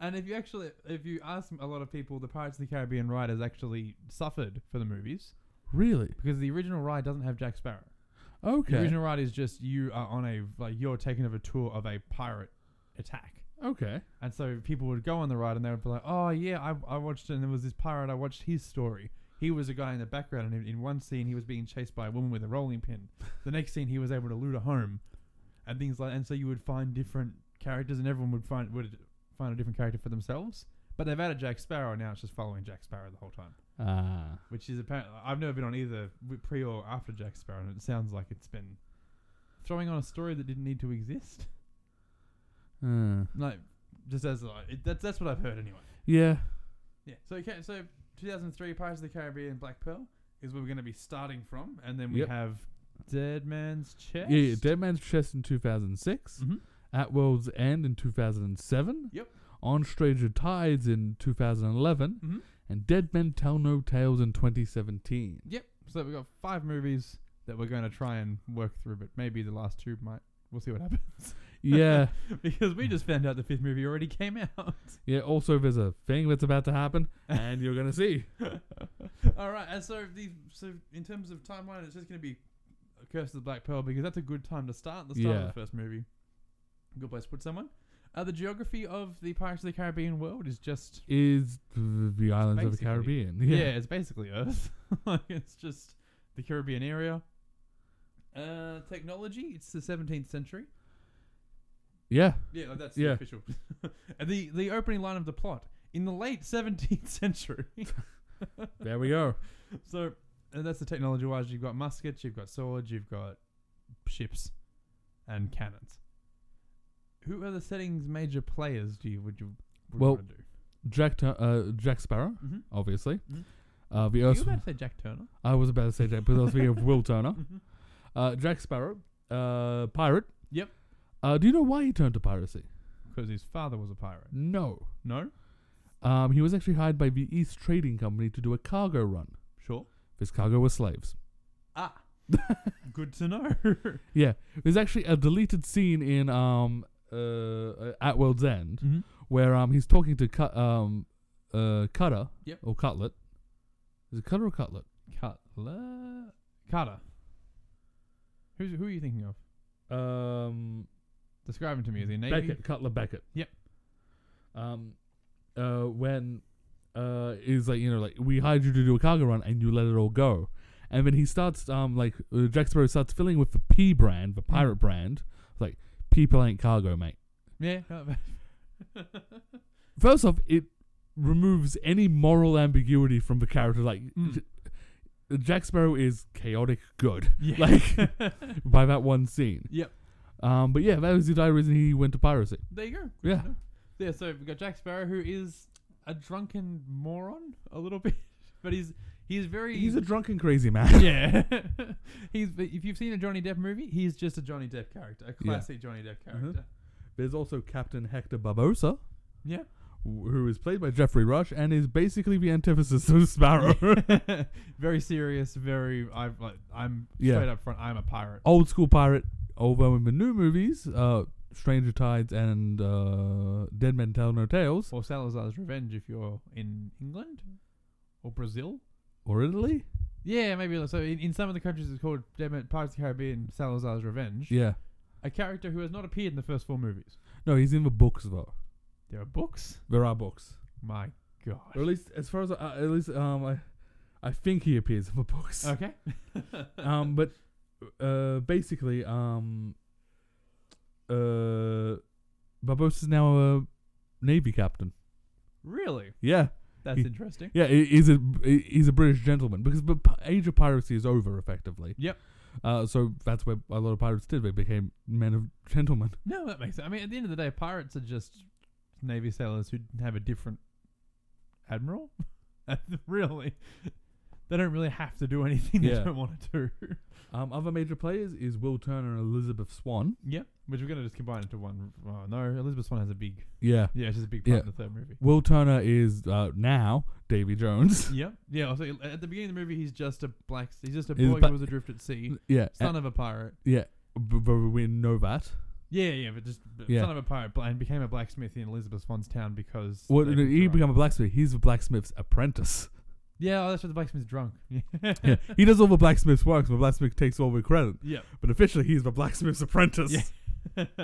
[SPEAKER 1] and if you actually, if you ask a lot of people, the Pirates of the Caribbean ride has actually suffered for the movies
[SPEAKER 2] really?
[SPEAKER 1] because the original ride doesn't have Jack Sparrow. The
[SPEAKER 2] Okay.
[SPEAKER 1] original ride is just you are on a like you're taking of a tour of a pirate attack.
[SPEAKER 2] Okay.
[SPEAKER 1] And so people would go on the ride and they would be like, oh, yeah, I, I watched it. And there was this pirate, I watched his story. He was a guy in the background. And in, in one scene, he was being chased by a woman with a rolling pin. The next scene, he was able to loot a home and things like And so you would find different characters and everyone would find, would find a different character for themselves. But they've added Jack Sparrow. Now it's just following Jack Sparrow the whole time,
[SPEAKER 2] Ah.
[SPEAKER 1] which is apparently, I've never been on either w- pre or after Jack Sparrow. And it sounds like it's been throwing on a story that didn't need to exist.
[SPEAKER 2] Uh,
[SPEAKER 1] Like, just as like, it, that's, that's what I've heard anyway.
[SPEAKER 2] yeah.
[SPEAKER 1] Yeah. So okay, so 2003 Pirates of the Caribbean Black Pearl is where we're going to be starting from, and then we
[SPEAKER 2] Yep.
[SPEAKER 1] have Dead Man's Chest.
[SPEAKER 2] Yeah, yeah, Dead Man's Chest in 2006.
[SPEAKER 1] Mhm.
[SPEAKER 2] At World's End in 2007.
[SPEAKER 1] Yep.
[SPEAKER 2] On Stranger Tides in 2011.
[SPEAKER 1] Mhm.
[SPEAKER 2] And Dead Men Tell No Tales in 2017.
[SPEAKER 1] Yep. So we've got five movies that we're going to try and work through, but maybe the last two might. We'll see what happens
[SPEAKER 2] Yeah.
[SPEAKER 1] because we just found out the fifth movie already came out.
[SPEAKER 2] yeah, also there's a thing that's about to happen, and you're going to see.
[SPEAKER 1] All right, and so the so in terms of timeline, it's just going to be Curse of the Black Pearl because that's a good time to start. The start of
[SPEAKER 2] Yeah.
[SPEAKER 1] the first movie, good place to put someone. Uh, the geography of the Pirates of the Caribbean world is just
[SPEAKER 2] Is the, the islands of the
[SPEAKER 1] basically-
[SPEAKER 2] Caribbean.
[SPEAKER 1] yeah,
[SPEAKER 2] Yeah.
[SPEAKER 1] it's basically Earth. like it's just the Caribbean area. Uh, technology, it's the 17th century.
[SPEAKER 2] Yeah.
[SPEAKER 1] Yeah, like, that's
[SPEAKER 2] Yeah.
[SPEAKER 1] the official. and the the opening line of the plot in the late 17th century.
[SPEAKER 2] There we go.
[SPEAKER 1] So, and that's the technology wise. You've got muskets, you've got swords, you've got ships, and cannons. Who are the settings major players? Do you would you would
[SPEAKER 2] Well,
[SPEAKER 1] want to do?
[SPEAKER 2] Jack, Tur- uh, Jack Sparrow,
[SPEAKER 1] Mm-hmm.
[SPEAKER 2] obviously.
[SPEAKER 1] Mhm.
[SPEAKER 2] Uh,
[SPEAKER 1] Are
[SPEAKER 2] the
[SPEAKER 1] you
[SPEAKER 2] Earth.
[SPEAKER 1] about to say Jack Turner? Mm-hmm.
[SPEAKER 2] I was about to say Jack, but I was thinking of Will Turner. Uh, Jack Sparrow, uh, pirate.
[SPEAKER 1] Yep.
[SPEAKER 2] Uh, do you know why he turned to piracy?
[SPEAKER 1] Because his father was a pirate.
[SPEAKER 2] No.
[SPEAKER 1] No,
[SPEAKER 2] Um, he was actually hired by the East Trading Company to do a cargo run.
[SPEAKER 1] sure.
[SPEAKER 2] His cargo was slaves.
[SPEAKER 1] Ah, good to know.
[SPEAKER 2] Yeah, there's actually a deleted scene in um uh at World's End
[SPEAKER 1] Mhm.
[SPEAKER 2] where um he's talking to cut um uh Cutter
[SPEAKER 1] Yep.
[SPEAKER 2] or Cutlet. Is it Cutter or Cutlet?
[SPEAKER 1] Cutler, Carter. Who's who are you thinking of?
[SPEAKER 2] Um,
[SPEAKER 1] Describe him to me. Is he a navy?
[SPEAKER 2] Beckett, Cutler Beckett.
[SPEAKER 1] Yep.
[SPEAKER 2] Um, uh, when uh, is like you know like we hired you to do a cargo run and you let it all go, and then he starts um like uh, Jack Sparrow starts filling with the P brand, the pirate
[SPEAKER 1] Mm.
[SPEAKER 2] brand, like people ain't cargo, mate.
[SPEAKER 1] Yeah. no,
[SPEAKER 2] First off, it removes any moral ambiguity from the character. Like
[SPEAKER 1] Mm.
[SPEAKER 2] J- Jack Sparrow is chaotic good
[SPEAKER 1] yeah.
[SPEAKER 2] Like- by that one scene.
[SPEAKER 1] Yep.
[SPEAKER 2] Um, but yeah, that was the entire reason he went to piracy.
[SPEAKER 1] There you go.
[SPEAKER 2] Yeah.
[SPEAKER 1] to know. Yeah, so we've got Jack Sparrow, who is a drunken moron a little bit, but he's he's very
[SPEAKER 2] He's a drunken crazy man.
[SPEAKER 1] yeah. he's if you've seen a Johnny Depp movie, he's just a Johnny Depp character, a classic Johnny Depp
[SPEAKER 2] Mm-hmm.
[SPEAKER 1] character.
[SPEAKER 2] There's also Captain Hector Barbosa,
[SPEAKER 1] Yeah.
[SPEAKER 2] wh- who is played by Jeffrey Rush and is basically the antithesis of Sparrow.
[SPEAKER 1] very serious, very I like I'm
[SPEAKER 2] Yeah.
[SPEAKER 1] straight up front, I'm a pirate.
[SPEAKER 2] Old school pirate, although in the new movies, uh, Stranger Tides and uh, Dead Men Tell No Tales,
[SPEAKER 1] Or Salazar's Revenge if you're in England
[SPEAKER 2] Mm.
[SPEAKER 1] or Brazil.
[SPEAKER 2] or Italy.
[SPEAKER 1] Yeah, maybe so. In, in some of the countries, it's called Dead Man- Pirates of the Caribbean: Salazar's Revenge.
[SPEAKER 2] Yeah.
[SPEAKER 1] A character who has not appeared in the first four movies.
[SPEAKER 2] No, he's in the books though.
[SPEAKER 1] There are books.
[SPEAKER 2] There are books.
[SPEAKER 1] My God.
[SPEAKER 2] Or at least as far as I, at least um I, I think he appears in the books.
[SPEAKER 1] Okay.
[SPEAKER 2] um, but uh, basically, um, uh, Barbosa's now a navy captain.
[SPEAKER 1] really?
[SPEAKER 2] Yeah,
[SPEAKER 1] That's
[SPEAKER 2] He-
[SPEAKER 1] interesting.
[SPEAKER 2] yeah, he- he's a he- he's a British gentleman because the pi- age of piracy is over effectively.
[SPEAKER 1] Yep.
[SPEAKER 2] Uh, so that's where a lot of pirates did. They became men of gentlemen.
[SPEAKER 1] No, that makes sense. I mean, at the end of the day, pirates are just navy sailors who have a different admiral. really, They don't really have to do anything
[SPEAKER 2] Yeah.
[SPEAKER 1] they don't want to do.
[SPEAKER 2] Um, other major players is Will Turner and Elizabeth Swan.
[SPEAKER 1] yep. Which we're gonna just combine into one. Oh, no, Elizabeth Swan has a big.
[SPEAKER 2] Yeah.
[SPEAKER 1] Yeah, she's a big part
[SPEAKER 2] Yeah.
[SPEAKER 1] in the third movie.
[SPEAKER 2] Will Turner is uh, now Davy Jones.
[SPEAKER 1] Yep. Yeah. Also, at the beginning of the movie, he's just a black. He's just a
[SPEAKER 2] He's
[SPEAKER 1] boy
[SPEAKER 2] ba-
[SPEAKER 1] who was adrift at sea,
[SPEAKER 2] yeah.
[SPEAKER 1] son of a pirate.
[SPEAKER 2] But we know that.
[SPEAKER 1] Yeah, yeah, but just but
[SPEAKER 2] Yeah.
[SPEAKER 1] son of a pirate, bla- and became a blacksmith in Elizabeth Swan's town because.
[SPEAKER 2] Well,
[SPEAKER 1] they
[SPEAKER 2] no,
[SPEAKER 1] were
[SPEAKER 2] he
[SPEAKER 1] drunk.
[SPEAKER 2] become a blacksmith. He's a blacksmith's apprentice.
[SPEAKER 1] Yeah, oh, that's what the blacksmith's drunk.
[SPEAKER 2] yeah. He does all the blacksmith's work, so the blacksmith takes all the credit.
[SPEAKER 1] yeah.
[SPEAKER 2] But officially, he's the blacksmith's apprentice.
[SPEAKER 1] Yeah.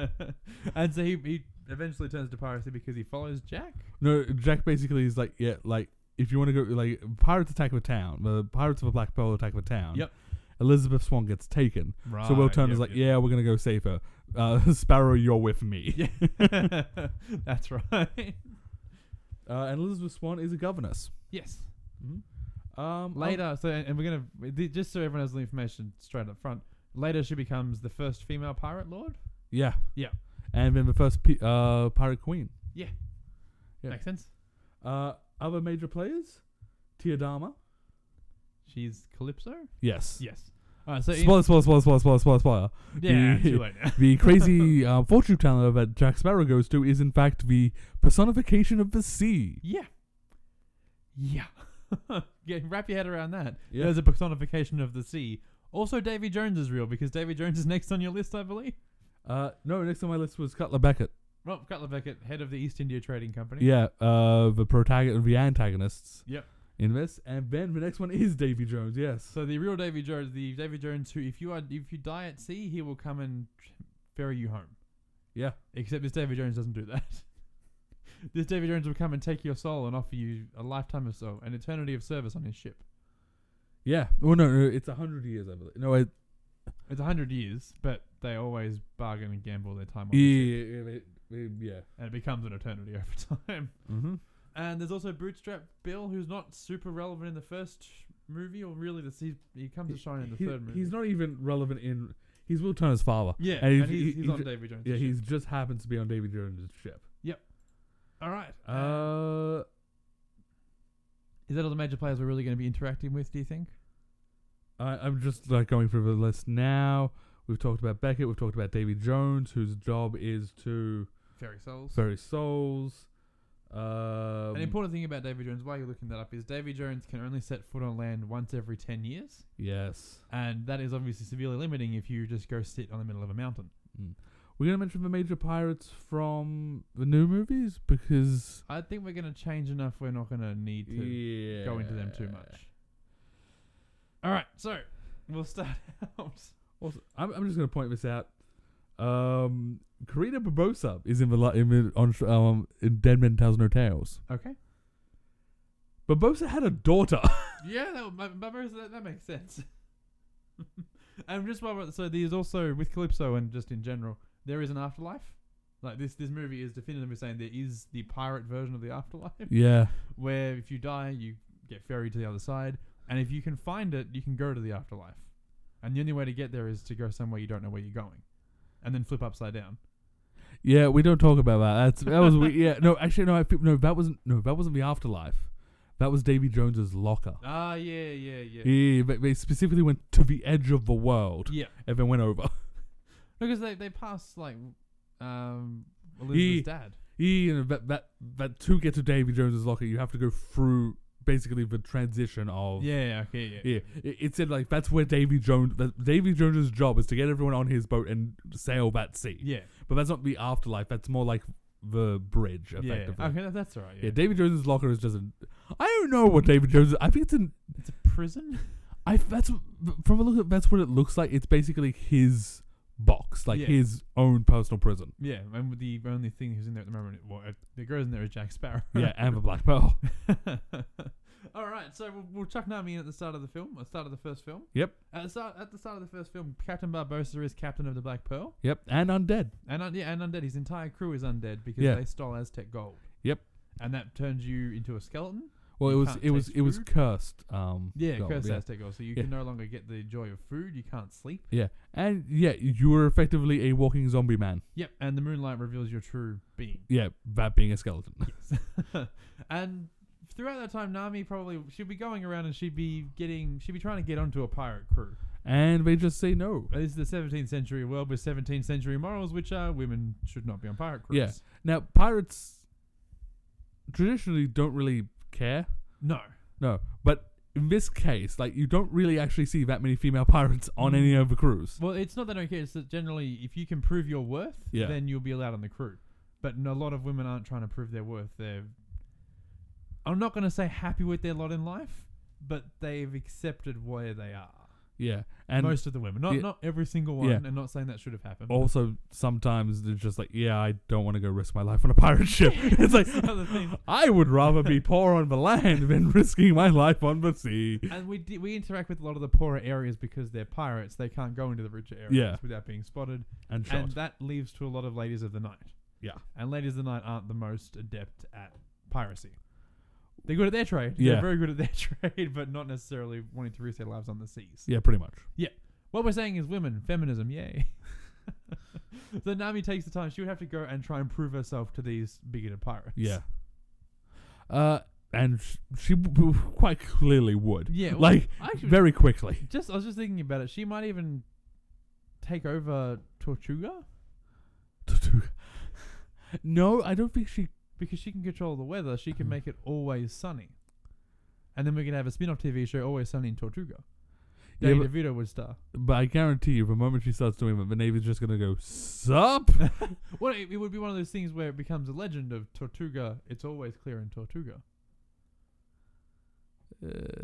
[SPEAKER 1] and so he, he eventually turns to piracy because he follows Jack.
[SPEAKER 2] No, Jack basically is like, yeah, like if you want to go, like pirates attack a town, the pirates of a black pearl attack a town.
[SPEAKER 1] Yep. Ah,
[SPEAKER 2] Elizabeth Swan gets taken,
[SPEAKER 1] Right.
[SPEAKER 2] so Will Turner's like, yeah, we're gonna go save her. Uh, Sparrow, you're with me.
[SPEAKER 1] yeah. that's right.
[SPEAKER 2] Uh, and Elizabeth Swan is a governess.
[SPEAKER 1] Yes.
[SPEAKER 2] Um,
[SPEAKER 1] Mm-hmm. Later, so and we're gonna th- just so everyone has the information straight up front. Later, she becomes the first female pirate lord.
[SPEAKER 2] yeah.
[SPEAKER 1] Yeah.
[SPEAKER 2] And then the first pi- uh, pirate queen. Yeah.
[SPEAKER 1] Makes sense.
[SPEAKER 2] Uh, other major players, Tiadama.
[SPEAKER 1] She's Calypso.
[SPEAKER 2] Yes.
[SPEAKER 1] Yes. All right. So in-
[SPEAKER 2] Spoiler, spoiler, spoiler, spoiler, spoiler, spoiler, spoiler.
[SPEAKER 1] yeah,
[SPEAKER 2] the-
[SPEAKER 1] too late now.
[SPEAKER 2] The crazy uh, fortune teller that Jack Sparrow goes to is, in fact, the personification of the sea.
[SPEAKER 1] Yeah. Yeah. yeah. Wrap your head around that.
[SPEAKER 2] Yeah.
[SPEAKER 1] There's a personification of the sea. Also, Davy Jones is real because Davy Jones is next on your list, I believe.
[SPEAKER 2] Uh, no, next on my list was Cutler Beckett.
[SPEAKER 1] Well, Cutler Beckett, head of the East India Trading Company.
[SPEAKER 2] Yeah, uh, the protagonist, the antagonists.
[SPEAKER 1] Yep.
[SPEAKER 2] In this, and then the next one is Davy Jones. Yes.
[SPEAKER 1] So the real Davy Jones, the Davy Jones who, if you are, if you die at sea, he will come and ferry you home.
[SPEAKER 2] Yeah.
[SPEAKER 1] Except this Davy Jones doesn't do that. this Davy Jones will come and take your soul and offer you a lifetime of so, an eternity of service on his ship.
[SPEAKER 2] Yeah. Well, no, no, it's a hundred years, I believe. No, it,
[SPEAKER 1] It's a hundred years, but they always bargain and gamble their time on
[SPEAKER 2] yeah,
[SPEAKER 1] the ship.
[SPEAKER 2] yeah, yeah, yeah, yeah.
[SPEAKER 1] and it becomes an eternity over time.
[SPEAKER 2] Mm-hmm.
[SPEAKER 1] And there's also Bootstrap Bill, who's not super relevant in the first movie, or really the he, he comes to shine in the
[SPEAKER 2] He-
[SPEAKER 1] third movie.
[SPEAKER 2] He's not even relevant in. He's Will Turner's father.
[SPEAKER 1] yeah,
[SPEAKER 2] and he's-
[SPEAKER 1] and he's,
[SPEAKER 2] he-
[SPEAKER 1] he's,
[SPEAKER 2] he's
[SPEAKER 1] on
[SPEAKER 2] ju-
[SPEAKER 1] David Jones.
[SPEAKER 2] Yeah, he's just happens to be on Davy Jones' ship.
[SPEAKER 1] all right.
[SPEAKER 2] Uh,
[SPEAKER 1] is that all the major players we're really going to be interacting with? Do you think?
[SPEAKER 2] I, I'm just like going through the list now. We've talked about Beckett. We've talked about Davy Jones, whose job is to
[SPEAKER 1] Fairy souls.
[SPEAKER 2] ferry souls. Um,
[SPEAKER 1] An important thing about David Jones, while you're looking that up, is David Jones can only set foot on land once every ten years,
[SPEAKER 2] yes.
[SPEAKER 1] and that is obviously severely limiting if you just go sit on the middle of a mountain.
[SPEAKER 2] Mm. We're gonna mention the major pirates from the new movies because
[SPEAKER 1] I think we're going to change enough. We're not going to need to.
[SPEAKER 2] yeah.
[SPEAKER 1] go into them too much. All right, so we'll start out.
[SPEAKER 2] Also, I'm, I'm just gonna point this out. Um, Karina Barbosa is in the li- in the, on um in Dead Men Tells No Tales.
[SPEAKER 1] Okay.
[SPEAKER 2] Barbosa had a daughter.
[SPEAKER 1] Yeah, that, my, my, my- that, that makes sense. and just while we're, so there's also with Calypso and just in general, there is an afterlife. Like this, this movie is definitively saying there is the pirate version of the afterlife,
[SPEAKER 2] yeah.
[SPEAKER 1] where if you die, you get ferried to the other side, and if you can find it, you can go to the afterlife. And the only way to get there is to go somewhere you don't know where you're going, and then flip upside down.
[SPEAKER 2] Yeah, we don't talk about that. That's that was we yeah. No, actually, no. I think no. That wasn't no. That wasn't the afterlife. That was Davy Jones's locker.
[SPEAKER 1] Ah, yeah, yeah, yeah,
[SPEAKER 2] Yeah, they, they specifically went to the edge of the world
[SPEAKER 1] yeah.
[SPEAKER 2] and then went over.
[SPEAKER 1] Because they they pass like um
[SPEAKER 2] He-
[SPEAKER 1] Elizabeth's dad.
[SPEAKER 2] Yeah, and that that that to get to Davy Jones's locker, you have to go through basically the transition of
[SPEAKER 1] Yeah, okay, yeah.
[SPEAKER 2] Yeah, it, it said like that's where Davy Jones. That Davy Jones's job is to get everyone on his boat and sail that sea.
[SPEAKER 1] Yeah.
[SPEAKER 2] But that's not the afterlife. That's more like the bridge,
[SPEAKER 1] Yeah.
[SPEAKER 2] effectively. Yeah,
[SPEAKER 1] Okay, that, that's all right. Yeah.
[SPEAKER 2] Davy Jones's locker is just. A, I don't know what Davy Jones. I think it's an.
[SPEAKER 1] It's a prison.
[SPEAKER 2] I that's from a look. At, that's what it looks like. It's basically his box, like
[SPEAKER 1] Yeah.
[SPEAKER 2] his own personal prison.
[SPEAKER 1] yeah, and with the only thing who's in there at the moment, well, uh, the girl's in there is Jack Sparrow.
[SPEAKER 2] Yeah, and the Black Pearl.
[SPEAKER 1] all right, so we'll, we'll chuck Nami in at the start of the film, at the start of the first film.
[SPEAKER 2] Yep.
[SPEAKER 1] At the start, at the start of the first film, Captain Barbosa is captain of the Black Pearl,
[SPEAKER 2] Yep, and undead.
[SPEAKER 1] and un- yeah, and undead. His entire crew is undead because
[SPEAKER 2] Yeah.
[SPEAKER 1] they stole Aztec gold.
[SPEAKER 2] Yep.
[SPEAKER 1] And that turns you into a skeleton.
[SPEAKER 2] Well, it
[SPEAKER 1] You
[SPEAKER 2] was
[SPEAKER 1] can't
[SPEAKER 2] it was
[SPEAKER 1] taste
[SPEAKER 2] it was
[SPEAKER 1] food.
[SPEAKER 2] cursed. Um,
[SPEAKER 1] Yeah,
[SPEAKER 2] gold,
[SPEAKER 1] cursed
[SPEAKER 2] yeah.
[SPEAKER 1] Aztec gold. So you
[SPEAKER 2] Yeah.
[SPEAKER 1] can no longer get the joy of food. You can't sleep.
[SPEAKER 2] Yeah, and yeah, you were effectively a walking zombie man.
[SPEAKER 1] Yep, and the moonlight reveals your true being.
[SPEAKER 2] Yeah, that being a skeleton.
[SPEAKER 1] Yes. and throughout that time, Nami probably she'd be going around and she'd be getting she'd be trying to get onto a pirate crew.
[SPEAKER 2] And they just say no.
[SPEAKER 1] This is the 17th century world with 17th century morals, which are women should not be on pirate crews.
[SPEAKER 2] Yeah. Now, pirates traditionally don't really care.
[SPEAKER 1] No.
[SPEAKER 2] No. But in this case, like, you don't really actually see that many female pirates on any of the crews.
[SPEAKER 1] Well, it's not that I don't care. It's that generally, if you can prove your worth,
[SPEAKER 2] Yeah.
[SPEAKER 1] then you'll be allowed on the crew. But n- a lot of women aren't trying to prove their worth. They're, I'm not going to say happy with their lot in life, but they've accepted where they are.
[SPEAKER 2] Yeah. And
[SPEAKER 1] Most of the women, not
[SPEAKER 2] yeah.
[SPEAKER 1] not every single one,
[SPEAKER 2] Yeah.
[SPEAKER 1] and not saying that should have happened.
[SPEAKER 2] also, sometimes they're just like, yeah, I don't want to go risk my life on a pirate ship. it's like,
[SPEAKER 1] Other thing.
[SPEAKER 2] I would rather be poor on the land than risking my life on the sea.
[SPEAKER 1] and we di- we interact with a lot of the poorer areas because they're pirates. They can't go into the richer areas
[SPEAKER 2] Yeah.
[SPEAKER 1] without being spotted,
[SPEAKER 2] And shot.
[SPEAKER 1] and that leaves to a lot of ladies of the night.
[SPEAKER 2] Yeah.
[SPEAKER 1] and ladies of the night aren't the most adept at piracy. They're good at their trade.
[SPEAKER 2] Yeah.
[SPEAKER 1] they're very good at their trade, but not necessarily wanting to risk their lives on the seas.
[SPEAKER 2] yeah, pretty much.
[SPEAKER 1] What we're saying is women, feminism, yay. so Nami takes the time. She would have to go and try and prove herself to these bigoted pirates.
[SPEAKER 2] Yeah. Uh, and sh- she w- w- quite clearly would.
[SPEAKER 1] yeah. well,
[SPEAKER 2] like,
[SPEAKER 1] I actually was
[SPEAKER 2] very quickly.
[SPEAKER 1] Just I was just thinking about it. She might even take over Tortuga
[SPEAKER 2] no, I don't think she.
[SPEAKER 1] because she can control the weather. She can
[SPEAKER 2] Mhm.
[SPEAKER 1] make it always sunny, and then we can have a spin-off TV show, Always Sunny in Tortuga.
[SPEAKER 2] Yeah,
[SPEAKER 1] Danny DeVito would star.
[SPEAKER 2] But I guarantee you, the moment she starts doing that, the Navy's just gonna go sup.
[SPEAKER 1] Well, it, it would be one of those things where it becomes a legend of Tortuga. It's always clear in Tortuga.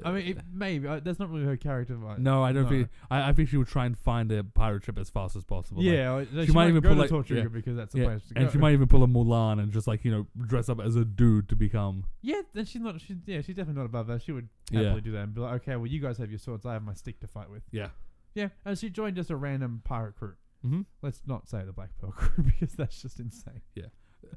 [SPEAKER 1] I mean, it, maybe uh, that's not really her character. Right?
[SPEAKER 2] Uh, no, I don't
[SPEAKER 1] no.
[SPEAKER 2] think. I, I think she would try and find a pirate ship as fast as possible. like-
[SPEAKER 1] yeah, or- she,
[SPEAKER 2] she might
[SPEAKER 1] might
[SPEAKER 2] even
[SPEAKER 1] go
[SPEAKER 2] put,
[SPEAKER 1] to
[SPEAKER 2] like-
[SPEAKER 1] Tortuga
[SPEAKER 2] yeah,
[SPEAKER 1] because that's the
[SPEAKER 2] yeah,
[SPEAKER 1] place to
[SPEAKER 2] and
[SPEAKER 1] go.
[SPEAKER 2] she might even pull a Mulan and just like you know dress up as a dude to become.
[SPEAKER 1] Yeah, then she's not. She, yeah, she's definitely not above that. She would
[SPEAKER 2] Yeah.
[SPEAKER 1] happily do that and be like, okay, well, you guys have your swords. I have my stick to fight with.
[SPEAKER 2] Yeah.
[SPEAKER 1] Yeah, and she joined just a random pirate crew.
[SPEAKER 2] Mm-hmm.
[SPEAKER 1] Let's not say the Black Pearl crew because that's just insane.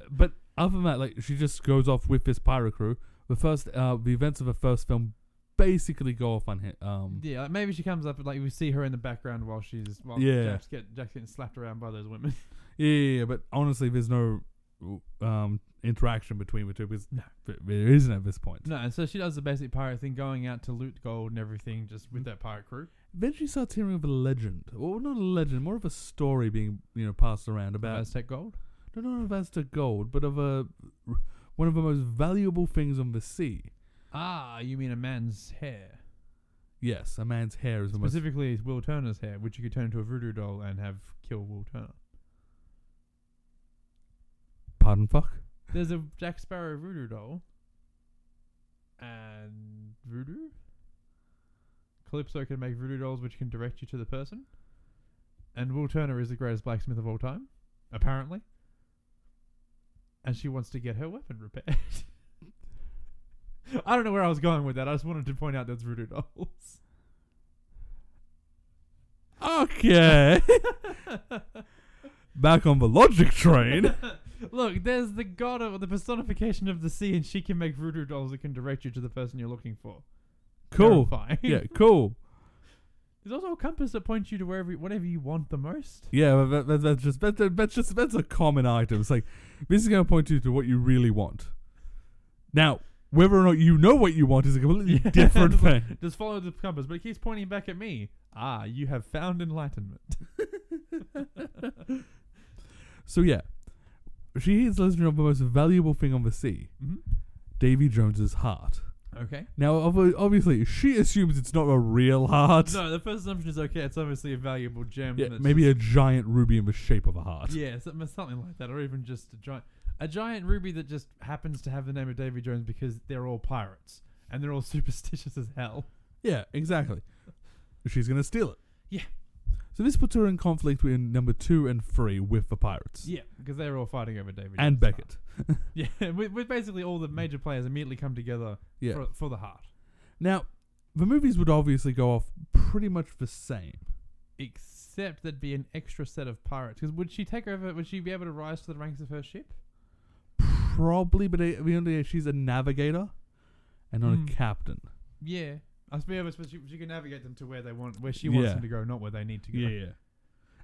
[SPEAKER 2] But other than that, like she just goes off with this pirate crew. The first, uh, the events of the first film basically go off on him. Um,
[SPEAKER 1] Yeah, like maybe she comes up and like we see her in the background while she's while
[SPEAKER 2] Yeah.
[SPEAKER 1] Jack's, get, Jack's getting slapped around by those women.
[SPEAKER 2] Yeah, yeah, yeah, but honestly, there's no um, interaction between the two because
[SPEAKER 1] No.
[SPEAKER 2] th- there isn't at this point.
[SPEAKER 1] no, and so she does the basic pirate thing, going out to loot gold and everything, just
[SPEAKER 2] Mm-hmm.
[SPEAKER 1] with that pirate crew.
[SPEAKER 2] Then she starts hearing of a legend, or not a legend, more of a story being you know passed around about
[SPEAKER 1] Aztec gold.
[SPEAKER 2] no, no, no, that's to gold, but of a one of the most valuable things on the sea.
[SPEAKER 1] Ah, you mean a man's hair?
[SPEAKER 2] Yes, a man's hair is the most.
[SPEAKER 1] Specifically, it's Will Turner's hair, which you could turn into a voodoo doll and have kill Will Turner.
[SPEAKER 2] Pardon, fuck.
[SPEAKER 1] There's a Jack Sparrow voodoo doll. And voodoo? Calypso can make voodoo dolls which can direct you to the person. And Will Turner is the greatest blacksmith of all time, apparently. And she wants to get her weapon repaired. I don't know where I was going with that. I just wanted to point out that's voodoo dolls.
[SPEAKER 2] Okay. Back on the logic train.
[SPEAKER 1] Look, there's the god of the personification of the sea, and she can make voodoo dolls that can direct you to the person you're looking for.
[SPEAKER 2] cool.
[SPEAKER 1] Terrifying.
[SPEAKER 2] Yeah, cool.
[SPEAKER 1] There's also a compass that points you to wherever, whatever you want the most.
[SPEAKER 2] Yeah, but that, that, that's just that, that- that's just that's a common item. It's like this is going to point you to what you really want. Now, whether or not you know what you want is a completely
[SPEAKER 1] Yeah.
[SPEAKER 2] different thing.
[SPEAKER 1] Just follow the compass, but it keeps pointing back at me. Ah, you have found enlightenment.
[SPEAKER 2] So yeah, she is listening of the most valuable thing on the sea,
[SPEAKER 1] Mm-hmm.
[SPEAKER 2] Davy Jones's heart.
[SPEAKER 1] Okay.
[SPEAKER 2] Now, obvi- obviously, she assumes it's not a real heart.
[SPEAKER 1] No, the first assumption is okay. It's obviously a valuable gem.
[SPEAKER 2] yeah,
[SPEAKER 1] that's
[SPEAKER 2] maybe
[SPEAKER 1] just-
[SPEAKER 2] a giant ruby in the shape of a heart.
[SPEAKER 1] yeah, some- something like that, or even just a giant, a giant ruby that just happens to have the name of Davy Jones because they're all pirates and they're all superstitious as hell.
[SPEAKER 2] Yeah, exactly. She's gonna steal it.
[SPEAKER 1] Yeah.
[SPEAKER 2] So this puts her in conflict with number two and three with the pirates.
[SPEAKER 1] Yeah, because they're all fighting over Davy
[SPEAKER 2] And
[SPEAKER 1] Jones'
[SPEAKER 2] Beckett.
[SPEAKER 1] heart. Yeah, with, with basically all the major players immediately come together
[SPEAKER 2] Yeah.
[SPEAKER 1] for, for the heart,
[SPEAKER 2] Now, the movies would obviously go off pretty much the same.
[SPEAKER 1] except there'd be an extra set of pirates. Because would she take over? Would she be able to rise to the ranks of her ship?
[SPEAKER 2] Probably, but at the end of the day, she's a navigator and not
[SPEAKER 1] Hmm.
[SPEAKER 2] a captain.
[SPEAKER 1] Yeah, I suppose I suppose she, she can navigate them to where they want, where she wants
[SPEAKER 2] Yeah.
[SPEAKER 1] them to go, not where they need to go.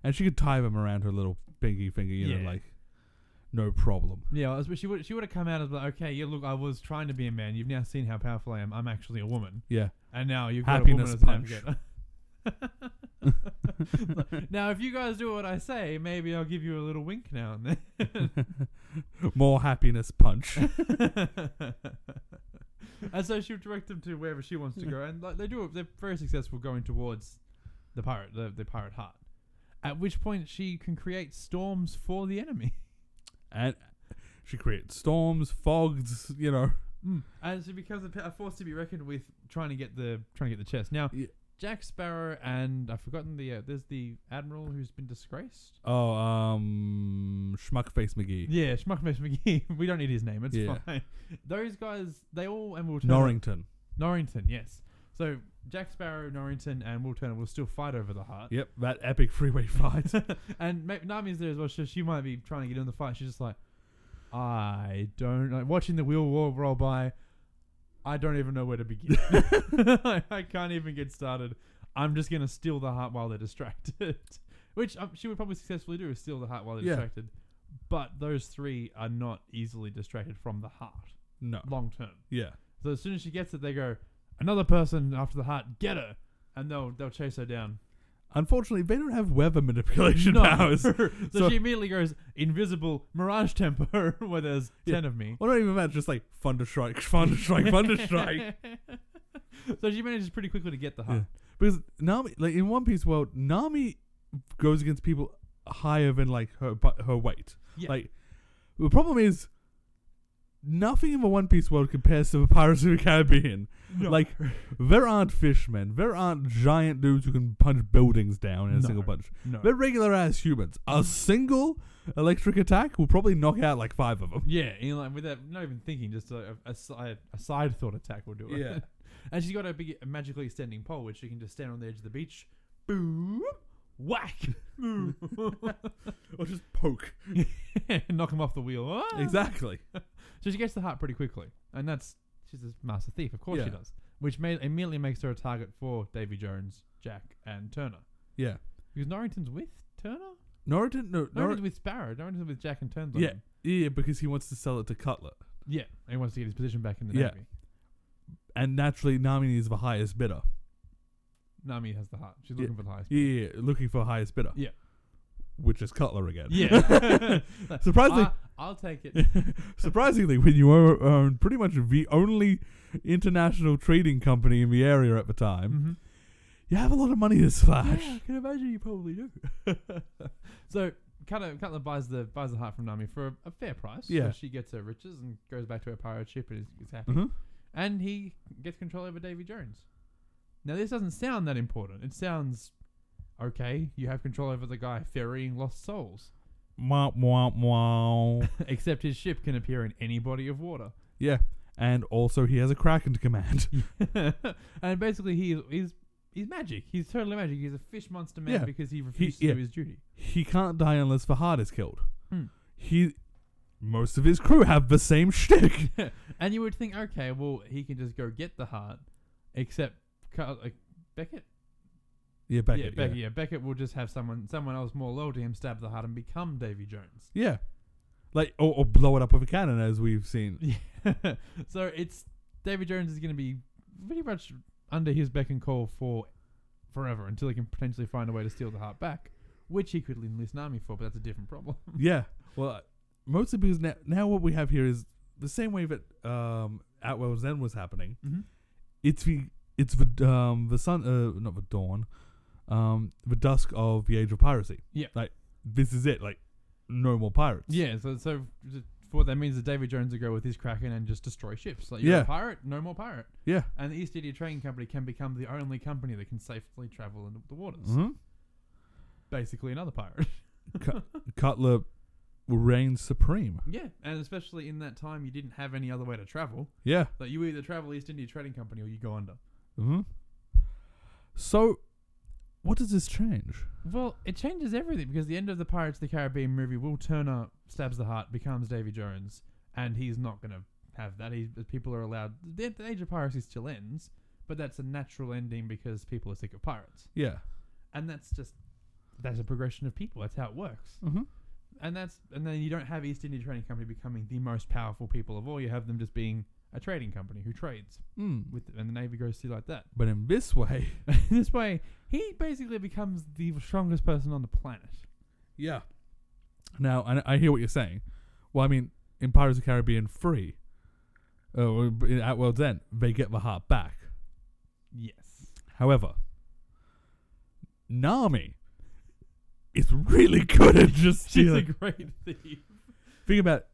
[SPEAKER 2] And she could tie them around her little pinky finger, you
[SPEAKER 1] Yeah.
[SPEAKER 2] know, like no problem.
[SPEAKER 1] Yeah, I was- but she would she would have come out as like, okay, yeah, look, I was trying to be a man. You've now seen how powerful I am. I'm actually a woman,
[SPEAKER 2] Yeah.
[SPEAKER 1] and now you've got
[SPEAKER 2] Happiness
[SPEAKER 1] a woman
[SPEAKER 2] punch.
[SPEAKER 1] as an advocate. now, if you guys do what I say, maybe I'll give you a little wink now and
[SPEAKER 2] More happiness punch.
[SPEAKER 1] then. and so she'll direct them to wherever she wants to go, and like they do, they're very successful going towards the pirate, the, the pirate heart. At which point, she can create storms for the enemy.
[SPEAKER 2] and she creates storms, fogs, you know.
[SPEAKER 1] Mm. And she becomes a, pe- a force to be reckoned with, trying to get the trying to get the chest. Now,
[SPEAKER 2] Yeah.
[SPEAKER 1] Jack Sparrow and I've forgotten the uh, there's the admiral who's been disgraced.
[SPEAKER 2] Oh, um, Schmuckface McGee.
[SPEAKER 1] Yeah, Schmuckmash McGee. We don't need his name. It's
[SPEAKER 2] Yeah.
[SPEAKER 1] fine. Those guys, they all and Will Turner.
[SPEAKER 2] Norrington.
[SPEAKER 1] Norrington, yes. So Jack Sparrow, Norrington, and Will Turner will still fight over the heart.
[SPEAKER 2] Yep, that epic freeway fight.
[SPEAKER 1] and Ma- Nami's there as well. So she might be trying to get in the fight. She's just like, I don't like watching the wheel wall roll by. I don't even know where to begin. I, I can't even get started. I'm just gonna steal the heart while they're distracted, which um, she would probably successfully do is steal the heart while they're
[SPEAKER 2] Yeah.
[SPEAKER 1] distracted. But those three are not easily distracted from the heart
[SPEAKER 2] no.
[SPEAKER 1] long term.
[SPEAKER 2] Yeah.
[SPEAKER 1] So as soon as she gets it, they go another person after the heart. Get her, and they'll they'll chase her down.
[SPEAKER 2] Unfortunately, they don't have weather manipulation powers.
[SPEAKER 1] so,
[SPEAKER 2] So-
[SPEAKER 1] she immediately goes invisible mirage temper where there's
[SPEAKER 2] Yeah.
[SPEAKER 1] ten of me.
[SPEAKER 2] Well, not even that, just like Thunderstrike, Thunderstrike, Thunderstrike.
[SPEAKER 1] so she manages pretty quickly to get the heart.
[SPEAKER 2] Yeah. Because Nami, like in One Piece world, Nami goes against people higher than like her bu- her weight.
[SPEAKER 1] Yeah.
[SPEAKER 2] Like the problem is, nothing in the One Piece world compares to the Pirates of the Caribbean.
[SPEAKER 1] No.
[SPEAKER 2] Like there aren't fishmen, there aren't giant dudes who can punch buildings down in a
[SPEAKER 1] No.
[SPEAKER 2] single punch.
[SPEAKER 1] No.
[SPEAKER 2] They're regular ass humans. A single electric attack will probably knock out like five of them.
[SPEAKER 1] Yeah, in like without not even thinking, just a, a, side, a side thought attack will do it.
[SPEAKER 2] Yeah.
[SPEAKER 1] and she's got a big a magically extending pole, which she can just stand on the edge of the beach, boom, whack, boom.
[SPEAKER 2] Or just poke.
[SPEAKER 1] knock him off the wheel. Ah!
[SPEAKER 2] Exactly.
[SPEAKER 1] So she gets the heart pretty quickly, and that's she's a master thief. Of course she
[SPEAKER 2] Yeah.
[SPEAKER 1] does, which ma- immediately makes her a target for Davy Jones, Jack, and Turner.
[SPEAKER 2] Yeah.
[SPEAKER 1] Because Norrington's with Turner.
[SPEAKER 2] Norton, no,
[SPEAKER 1] Norrington's
[SPEAKER 2] Norton,
[SPEAKER 1] with Sparrow. Norrington's with Jack and Turner.
[SPEAKER 2] yeah, yeah, because he wants to sell it to Cutler.
[SPEAKER 1] yeah. And he wants to get his position back in the
[SPEAKER 2] Yeah.
[SPEAKER 1] navy.
[SPEAKER 2] and naturally Nami is the highest bidder.
[SPEAKER 1] Nami has the heart. She's
[SPEAKER 2] Yeah.
[SPEAKER 1] looking for the highest.
[SPEAKER 2] Yeah, yeah, yeah, looking for highest bidder.
[SPEAKER 1] Yeah.
[SPEAKER 2] which is Cutler again.
[SPEAKER 1] Yeah.
[SPEAKER 2] surprisingly,
[SPEAKER 1] I, I'll take it.
[SPEAKER 2] surprisingly, when you o- own pretty much the only international trading company in the area at the time,
[SPEAKER 1] Mhm.
[SPEAKER 2] you have a lot of money to splash.
[SPEAKER 1] Yeah, I can imagine you probably do. so Cutler, Cutler buys the buys the heart from Nami for a, a fair price. So
[SPEAKER 2] Yeah.
[SPEAKER 1] she gets her riches and goes back to her pirate ship and is, is happy.
[SPEAKER 2] Mhm.
[SPEAKER 1] And he gets control over Davy Jones. Now this doesn't sound that important. It sounds okay. You have control over the guy ferrying lost souls,
[SPEAKER 2] Mwah, mwah, mwah.
[SPEAKER 1] except his ship can appear in any body of water.
[SPEAKER 2] yeah, and also he has a Kraken to command.
[SPEAKER 1] and basically, he is, he's he's magic. He's totally magic. He's a fish monster man
[SPEAKER 2] Yeah.
[SPEAKER 1] because he refused to
[SPEAKER 2] yeah.
[SPEAKER 1] do his duty.
[SPEAKER 2] he can't die unless the heart is killed.
[SPEAKER 1] Hmm.
[SPEAKER 2] He, most of his crew have the same shtick.
[SPEAKER 1] And you would think, okay, well, he can just go get the heart, except Carl, uh, Beckett.
[SPEAKER 2] Yeah, Beckett.
[SPEAKER 1] yeah, Beckett. Yeah. Beckett will just have someone, someone else more loyal to him, stab the heart and become Davy Jones.
[SPEAKER 2] Yeah. Like or, or blow it up with a cannon as we've seen.
[SPEAKER 1] so it's Davy Jones is going to be pretty much under his beck and call for forever until he can potentially find a way to steal the heart back, which he could enlist Nami for, but that's a different problem.
[SPEAKER 2] Yeah. Well, mostly because now, now what we have here is the same way that um Atwell's End was happening.
[SPEAKER 1] Mhm.
[SPEAKER 2] It's the it's the um the sun uh not the dawn, um the dusk of the age of piracy.
[SPEAKER 1] Yeah.
[SPEAKER 2] Like this is it. Like no more pirates.
[SPEAKER 1] Yeah, so so for what that means that David Jones will go with his Kraken and just destroy ships. Like you're
[SPEAKER 2] Yeah.
[SPEAKER 1] a pirate, no more pirate.
[SPEAKER 2] Yeah.
[SPEAKER 1] And the East India Trading Company can become the only company that can safely travel in the waters.
[SPEAKER 2] hmm
[SPEAKER 1] Basically, another pirate.
[SPEAKER 2] Cutler reigns supreme.
[SPEAKER 1] yeah, and especially in that time, you didn't have any other way to travel.
[SPEAKER 2] Yeah.
[SPEAKER 1] Like you either travel East India Trading Company or you go under.
[SPEAKER 2] hmm So, what does this change?
[SPEAKER 1] Well, it changes everything because the end of the Pirates of the Caribbean movie, Will Turner stabs the heart, becomes Davy Jones, and he's not going to have that. He, people are allowed. The, the Age of Piracy still ends, but that's a natural ending because people are sick of pirates,
[SPEAKER 2] Yeah.
[SPEAKER 1] and that's just that's a progression of people. That's how it works.
[SPEAKER 2] Mm-hmm.
[SPEAKER 1] and that's and then you don't have East India Trading Company becoming the most powerful people of all. You have them just being a trading company who trades
[SPEAKER 2] Mm.
[SPEAKER 1] with, and the navy goes through like that.
[SPEAKER 2] But in this way,
[SPEAKER 1] this way, he basically becomes the strongest person on the planet.
[SPEAKER 2] yeah. Now I, I hear what you're saying. Well, I mean, in Pirates of the Caribbean Free, uh, at World's End, they get the heart back.
[SPEAKER 1] Yes.
[SPEAKER 2] However, Nami is really good at just
[SPEAKER 1] She's a
[SPEAKER 2] stealing.
[SPEAKER 1] great thief.
[SPEAKER 2] Think about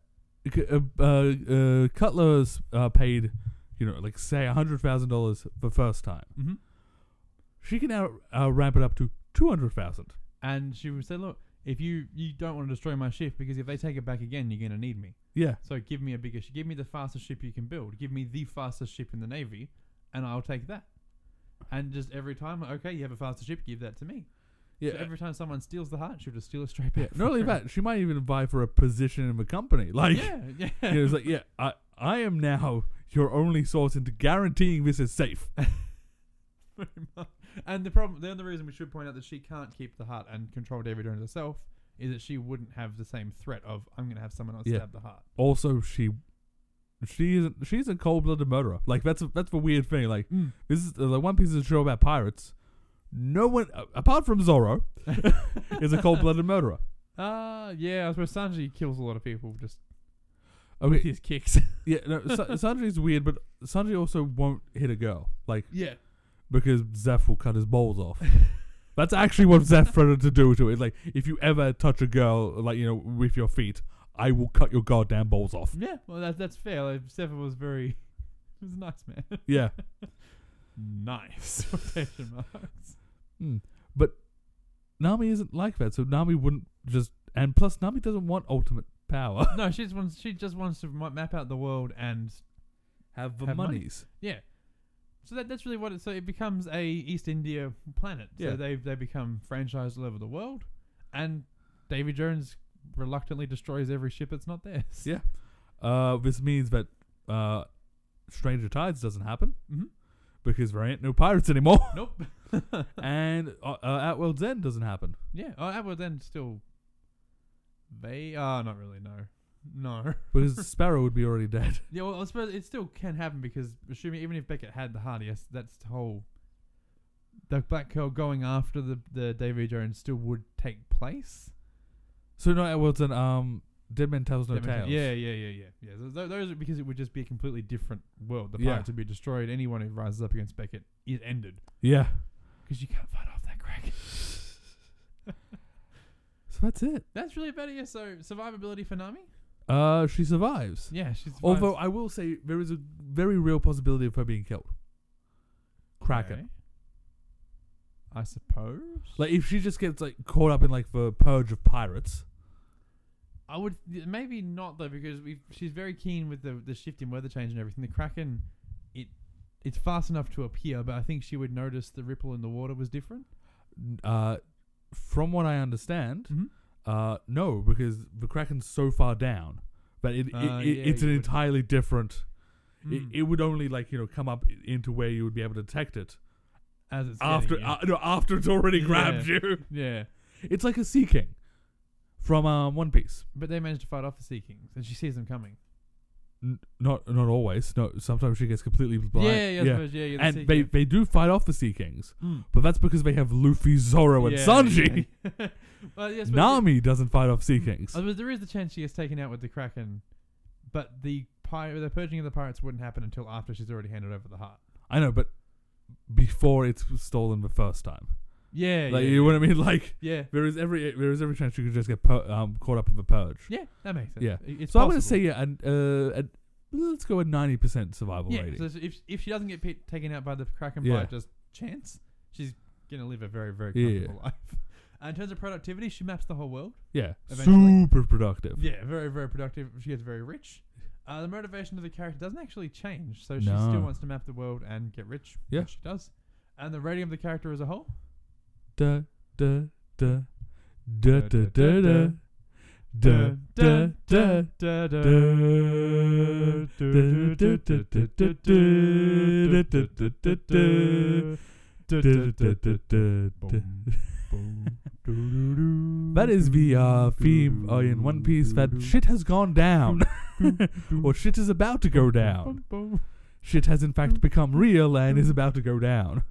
[SPEAKER 2] uh, uh, uh, Cutler's uh, paid, you know, like say hundred thousand dollars the first time.
[SPEAKER 1] Mm-hmm.
[SPEAKER 2] She can now uh, ramp it up to two hundred thousand.
[SPEAKER 1] And she would say, "Look, if you you don't want to destroy my ship because if they take it back again, you're gonna need me.
[SPEAKER 2] Yeah,
[SPEAKER 1] So give me a bigger ship. Give me the fastest ship you can build. Give me the fastest ship in the navy, and I'll take that." And just every time, okay, you have a faster ship, give that to me.
[SPEAKER 2] yeah.
[SPEAKER 1] So every time someone steals the heart, she'll just steal it straight back.
[SPEAKER 2] Not only
[SPEAKER 1] from her.
[SPEAKER 2] that, she might even vie for a position in the company. Like,
[SPEAKER 1] Yeah, yeah.
[SPEAKER 2] you know, it's like, yeah, I, I am now your only source into guaranteeing this is safe.
[SPEAKER 1] Pretty much. And the problem, the other reason we should point out that she can't keep the heart and control David Jones herself is that she wouldn't have the same threat of I'm going to have someone else
[SPEAKER 2] Yeah.
[SPEAKER 1] stab the heart.
[SPEAKER 2] Also, she, she isn't, she's a cold-blooded murderer. Like, that's a, that's the weird thing. Like, this is uh, like one piece of show about pirates. No one, uh, apart from Zorro, is a cold-blooded murderer.
[SPEAKER 1] Uh yeah, I suppose Sanji kills a lot of people just with
[SPEAKER 2] Okay,
[SPEAKER 1] his kicks.
[SPEAKER 2] yeah, no, Sa- Sanji's weird, but Sanji also won't hit a girl, like
[SPEAKER 1] yeah,
[SPEAKER 2] because Zeph will cut his balls off. That's actually what Zeph threatened to do to it. Like, if you ever touch a girl, like you know, with your feet, I will cut your goddamn balls off.
[SPEAKER 1] yeah. Well, that, that's fair. Like, Seven was very, he was a nice man.
[SPEAKER 2] Yeah,
[SPEAKER 1] nice. Quotation marks.
[SPEAKER 2] but Nami isn't like that, so Nami wouldn't just. And plus, Nami doesn't want ultimate power.
[SPEAKER 1] No, she just wants she just wants to ma- map out the world and
[SPEAKER 2] Have the
[SPEAKER 1] Have money.
[SPEAKER 2] monies.
[SPEAKER 1] Yeah. So that, that's really what it. So it becomes a East India planet.
[SPEAKER 2] Yeah.
[SPEAKER 1] So they they become franchised all over the world, and Davy Jones reluctantly destroys every ship that's not theirs.
[SPEAKER 2] Yeah. Uh, this means that uh, Stranger Tides doesn't happen
[SPEAKER 1] Mhm.
[SPEAKER 2] because there ain't no pirates anymore,
[SPEAKER 1] Nope.
[SPEAKER 2] and uh, uh, At World's End doesn't happen.
[SPEAKER 1] yeah. Oh, that would then still. They are not really no, no.
[SPEAKER 2] Because Sparrow would be already dead.
[SPEAKER 1] Yeah, well, I suppose it still can happen because assuming even if Beckett had the heart, yes, that's the whole. The black girl going after the the Davy Jones still would take place.
[SPEAKER 2] So no, At World's End. Um, Dead Man Tells No
[SPEAKER 1] That makes sense.
[SPEAKER 2] Tales.
[SPEAKER 1] Yeah, yeah, yeah, yeah, yeah. Those, those- those are because it would just be a completely different world. The
[SPEAKER 2] Yeah.
[SPEAKER 1] pirates would be destroyed. Anyone who rises up against Beckett is ended
[SPEAKER 2] Yeah.
[SPEAKER 1] because you can't fight off that crack.
[SPEAKER 2] So that's it.
[SPEAKER 1] That's really about it. Yeah, so survivability for Nami.
[SPEAKER 2] Uh, she survives.
[SPEAKER 1] Yeah, she's
[SPEAKER 2] Although I will say there is a very real possibility of her being killed. Kraken.
[SPEAKER 1] Okay. I suppose.
[SPEAKER 2] Like if she just gets like caught up in like the purge of pirates.
[SPEAKER 1] I would maybe not though because we she's very keen with the the shift in weather change and everything. The kraken, it it's fast enough to appear, but I think she would notice the ripple in the water was different.
[SPEAKER 2] Uh, from what I understand,
[SPEAKER 1] Mm-hmm.
[SPEAKER 2] uh, no, because the kraken's so far down that it,
[SPEAKER 1] Ah,
[SPEAKER 2] it, it
[SPEAKER 1] yeah,
[SPEAKER 2] it's an
[SPEAKER 1] you would- Hmm.
[SPEAKER 2] entirely different.
[SPEAKER 1] Mm.
[SPEAKER 2] It, it would only like you know come up i- into where you would be able to detect it
[SPEAKER 1] as it's getting,
[SPEAKER 2] after
[SPEAKER 1] yeah.
[SPEAKER 2] uh, no, after it's already grabbed
[SPEAKER 1] Yeah.
[SPEAKER 2] you.
[SPEAKER 1] yeah.
[SPEAKER 2] It's like a sea king from um, One Piece.
[SPEAKER 1] But they manage to fight off the Sea Kings, and she sees them coming.
[SPEAKER 2] N- not not always. No, sometimes she gets completely blind.
[SPEAKER 1] Yeah, yeah, I suppose, yeah, yeah. the Sea
[SPEAKER 2] and they,
[SPEAKER 1] King.
[SPEAKER 2] they do fight off the Sea Kings,
[SPEAKER 1] Mm.
[SPEAKER 2] but that's because they have Luffy, Zoro, and
[SPEAKER 1] Yeah,
[SPEAKER 2] Sanji.
[SPEAKER 1] yeah. well, yes, but
[SPEAKER 2] Nami doesn't fight off Sea Kings.
[SPEAKER 1] I suppose there is the chance she gets taken out with the Kraken, but the pir- the purging of the pirates wouldn't happen until after she's already handed over the heart.
[SPEAKER 2] I know, but before it's stolen the first time,
[SPEAKER 1] Yeah,
[SPEAKER 2] like
[SPEAKER 1] yeah,
[SPEAKER 2] you know
[SPEAKER 1] yeah.
[SPEAKER 2] what I mean. Like
[SPEAKER 1] yeah,
[SPEAKER 2] there is every there is every chance you could just get per- um, caught up in the purge.
[SPEAKER 1] yeah, that makes sense.
[SPEAKER 2] Yeah.
[SPEAKER 1] I- it's
[SPEAKER 2] so I'm gonna
[SPEAKER 1] possible.
[SPEAKER 2] say yeah, and uh, and let's go with ninety percent survival
[SPEAKER 1] yeah.
[SPEAKER 2] rating.
[SPEAKER 1] So if if she doesn't get pe- taken out by the Kraken
[SPEAKER 2] Yeah.
[SPEAKER 1] by just chance, she's gonna live a very very
[SPEAKER 2] Yeah, yeah.
[SPEAKER 1] comfortable life. And in terms of productivity, she maps the whole world.
[SPEAKER 2] yeah,
[SPEAKER 1] Eventually.
[SPEAKER 2] super productive.
[SPEAKER 1] Yeah, very, very productive. She gets very rich. Uh, the motivation of the character doesn't actually change, so she
[SPEAKER 2] No.
[SPEAKER 1] still wants to map the world and get rich.
[SPEAKER 2] Yeah.
[SPEAKER 1] which she does. And the rating of the character as a whole.
[SPEAKER 2] Da da da da da da da da da da.
[SPEAKER 1] da, da.
[SPEAKER 2] Boom.
[SPEAKER 1] Boom, boom,
[SPEAKER 2] That is the uh, theme uh, in One Piece that shit has gone down, or shit is about to go down. Shit has in fact become real and is about to go down.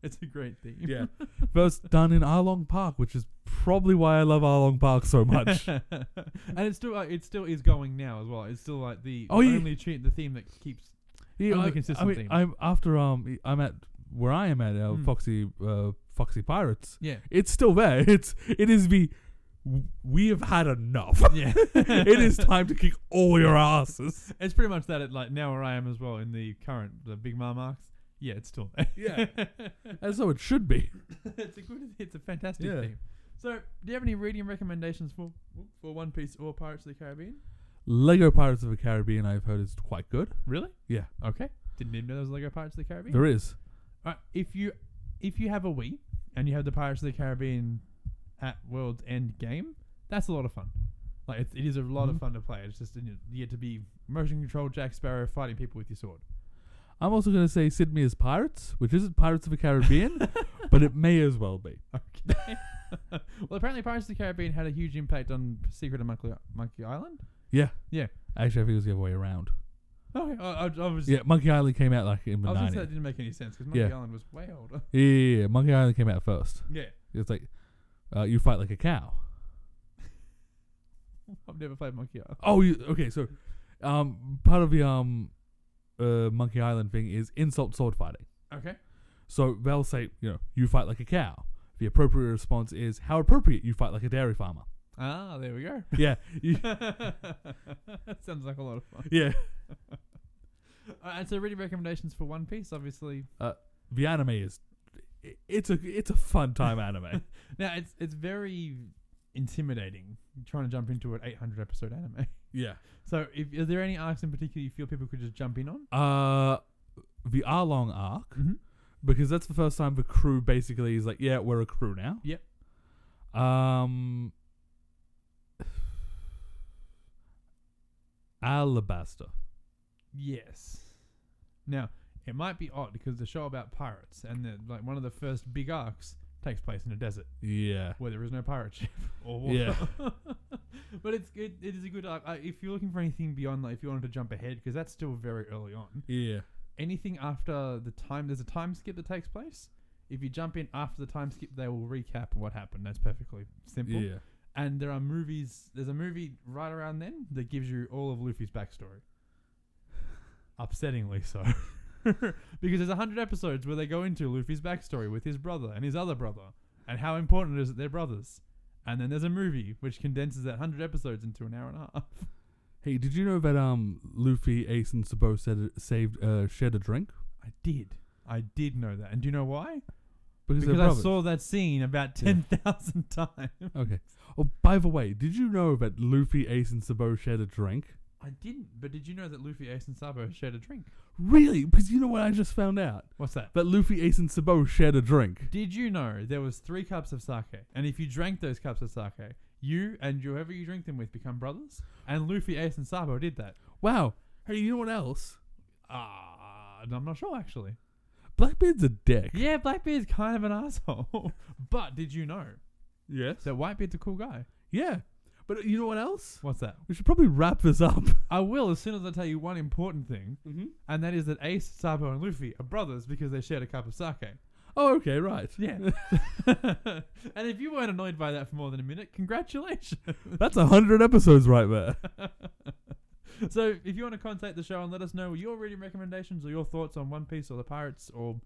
[SPEAKER 1] It's a great theme.
[SPEAKER 2] Yeah, first done in Arlong Park, which is probably why I love Arlong Park so much.
[SPEAKER 1] and it's still uh, it still is going now as well. It's still like the
[SPEAKER 2] Oh, yeah.
[SPEAKER 1] only tune the theme that keeps.
[SPEAKER 2] Yeah,
[SPEAKER 1] Only
[SPEAKER 2] I, I
[SPEAKER 1] consistent
[SPEAKER 2] mean,
[SPEAKER 1] theme.
[SPEAKER 2] I'm after um, I'm at where I am at uh,
[SPEAKER 1] Mm.
[SPEAKER 2] Foxy uh, Foxy Pirates.
[SPEAKER 1] Yeah,
[SPEAKER 2] It's still there. It's it is the we have had enough.
[SPEAKER 1] yeah.
[SPEAKER 2] it is time to kick all your asses.
[SPEAKER 1] It's pretty much that. At like now where I am as well in the current the Big Mom arcs. Yeah, it's still there.
[SPEAKER 2] Yeah, and so it should be.
[SPEAKER 1] it's a good. It's a fantastic
[SPEAKER 2] Yeah.
[SPEAKER 1] theme. So, do you have any reading recommendations for for One Piece or Pirates of the Caribbean?
[SPEAKER 2] Lego Pirates of the Caribbean, I've heard, is quite good.
[SPEAKER 1] Really?
[SPEAKER 2] Yeah.
[SPEAKER 1] Okay. Didn't even know there was Lego Pirates of the Caribbean.
[SPEAKER 2] There is.
[SPEAKER 1] Alright, if you if you have a Wii and you have the Pirates of the Caribbean at World's End game, that's a lot of fun. Like it, it is a lot
[SPEAKER 2] Mhm.
[SPEAKER 1] of fun to play. It's just you, know, you get to be motion control Jack Sparrow fighting people with your sword.
[SPEAKER 2] I'm also going to say Sydney is Pirates, which isn't Pirates of the Caribbean, but it may as well be.
[SPEAKER 1] Okay. well, apparently Pirates of the Caribbean had a huge impact on Secret of Monkey, Monkey Island.
[SPEAKER 2] Actually, I think it was the other way around.
[SPEAKER 1] Okay, Oh, I, I, I was
[SPEAKER 2] Yeah, Monkey Island came out like in the
[SPEAKER 1] I was gonna say that
[SPEAKER 2] 90s.
[SPEAKER 1] didn't make any sense because Monkey
[SPEAKER 2] Yeah.
[SPEAKER 1] Island was way older.
[SPEAKER 2] Yeah, yeah, yeah, Monkey Island came out first.
[SPEAKER 1] Yeah,
[SPEAKER 2] It's like uh, you fight like a cow.
[SPEAKER 1] I've never played Monkey Island.
[SPEAKER 2] Oh, you, okay. So, um, part of the um, uh, Monkey Island thing is insult sword fighting.
[SPEAKER 1] Okay.
[SPEAKER 2] So they'll say, you know, you fight like a cow. The appropriate response is how appropriate you fight like a dairy farmer.
[SPEAKER 1] Ah, there we go.
[SPEAKER 2] Yeah, you,
[SPEAKER 1] that sounds like a lot of fun.
[SPEAKER 2] yeah.
[SPEAKER 1] Uh, and so, reading recommendations for One Piece, obviously.
[SPEAKER 2] The anime is, it's a it's a fun time anime.
[SPEAKER 1] Now, it's it's very intimidating trying to jump into an 800 episode anime.
[SPEAKER 2] yeah.
[SPEAKER 1] So, if are there any arcs in particular you feel people could just jump in on?
[SPEAKER 2] Uh, the Arlong arc
[SPEAKER 1] Mm-hmm.
[SPEAKER 2] because that's the first time the crew basically is like, yeah, we're a crew now.
[SPEAKER 1] Yep.
[SPEAKER 2] Um. Alabaster.
[SPEAKER 1] Yes. Now, it might be odd because the show about pirates and the, like one of the first big arcs takes place in a desert
[SPEAKER 2] Yeah.
[SPEAKER 1] where there is no pirate ship or
[SPEAKER 2] Yeah.
[SPEAKER 1] water. but it's it, it is a good arc. Uh, if you're looking for anything beyond, like if you wanted to jump ahead, because that's still very early on.
[SPEAKER 2] Yeah.
[SPEAKER 1] anything after the time there's a time skip that takes place if you jump in after the time skip they will recap what happened that's perfectly simple
[SPEAKER 2] Yeah.
[SPEAKER 1] and there are movies there's a movie right around then that gives you all of luffy's backstory upsettingly so because there's a hundred episodes where they go into luffy's backstory with his brother and his other brother and how important it is that they're brothers and then there's a movie which condenses that hundred episodes into an hour and a half
[SPEAKER 2] Hey, did you know that um Luffy, Ace, and Sabo said, saved uh, shared a drink
[SPEAKER 1] i did i did know that and do you know why
[SPEAKER 2] because, they're
[SPEAKER 1] Because I
[SPEAKER 2] brothers?
[SPEAKER 1] saw that scene about
[SPEAKER 2] Yeah.
[SPEAKER 1] 10,000 times.
[SPEAKER 2] okay. Oh, by the way, did you know that Luffy, Ace, and Sabo shared a drink?
[SPEAKER 1] I didn't, but did you know that Luffy, Ace, and Sabo shared a drink?
[SPEAKER 2] Really? Because you know what I just found out
[SPEAKER 1] What's that?
[SPEAKER 2] that Luffy, Ace, and Sabo shared a drink.
[SPEAKER 1] Did you know there was three cups of sake, and if you drank those cups of sake, you and whoever you drink them with become brothers? And Luffy, Ace, and Sabo did that.
[SPEAKER 2] Wow. Hey, you know what else?
[SPEAKER 1] Ah, I'm not sure actually.
[SPEAKER 2] Blackbeard's a dick.
[SPEAKER 1] Yeah, Blackbeard's kind of an asshole, but did you know
[SPEAKER 2] Yes.
[SPEAKER 1] that Whitebeard's a cool guy?
[SPEAKER 2] Yeah. But uh, you know what else?
[SPEAKER 1] What's that?
[SPEAKER 2] We should probably wrap this up.
[SPEAKER 1] I will as soon as I tell you one important thing,
[SPEAKER 2] Mm-hmm.
[SPEAKER 1] and that is that Ace, Sabo, and Luffy are brothers because they shared a cup of sake.
[SPEAKER 2] Oh, okay, right.
[SPEAKER 1] Yeah. and if you weren't annoyed by that for more than a minute, congratulations.
[SPEAKER 2] That's a hundred episodes right there.
[SPEAKER 1] so if you want to contact the show and let us know your reading recommendations or your thoughts on One Piece or the Pirates or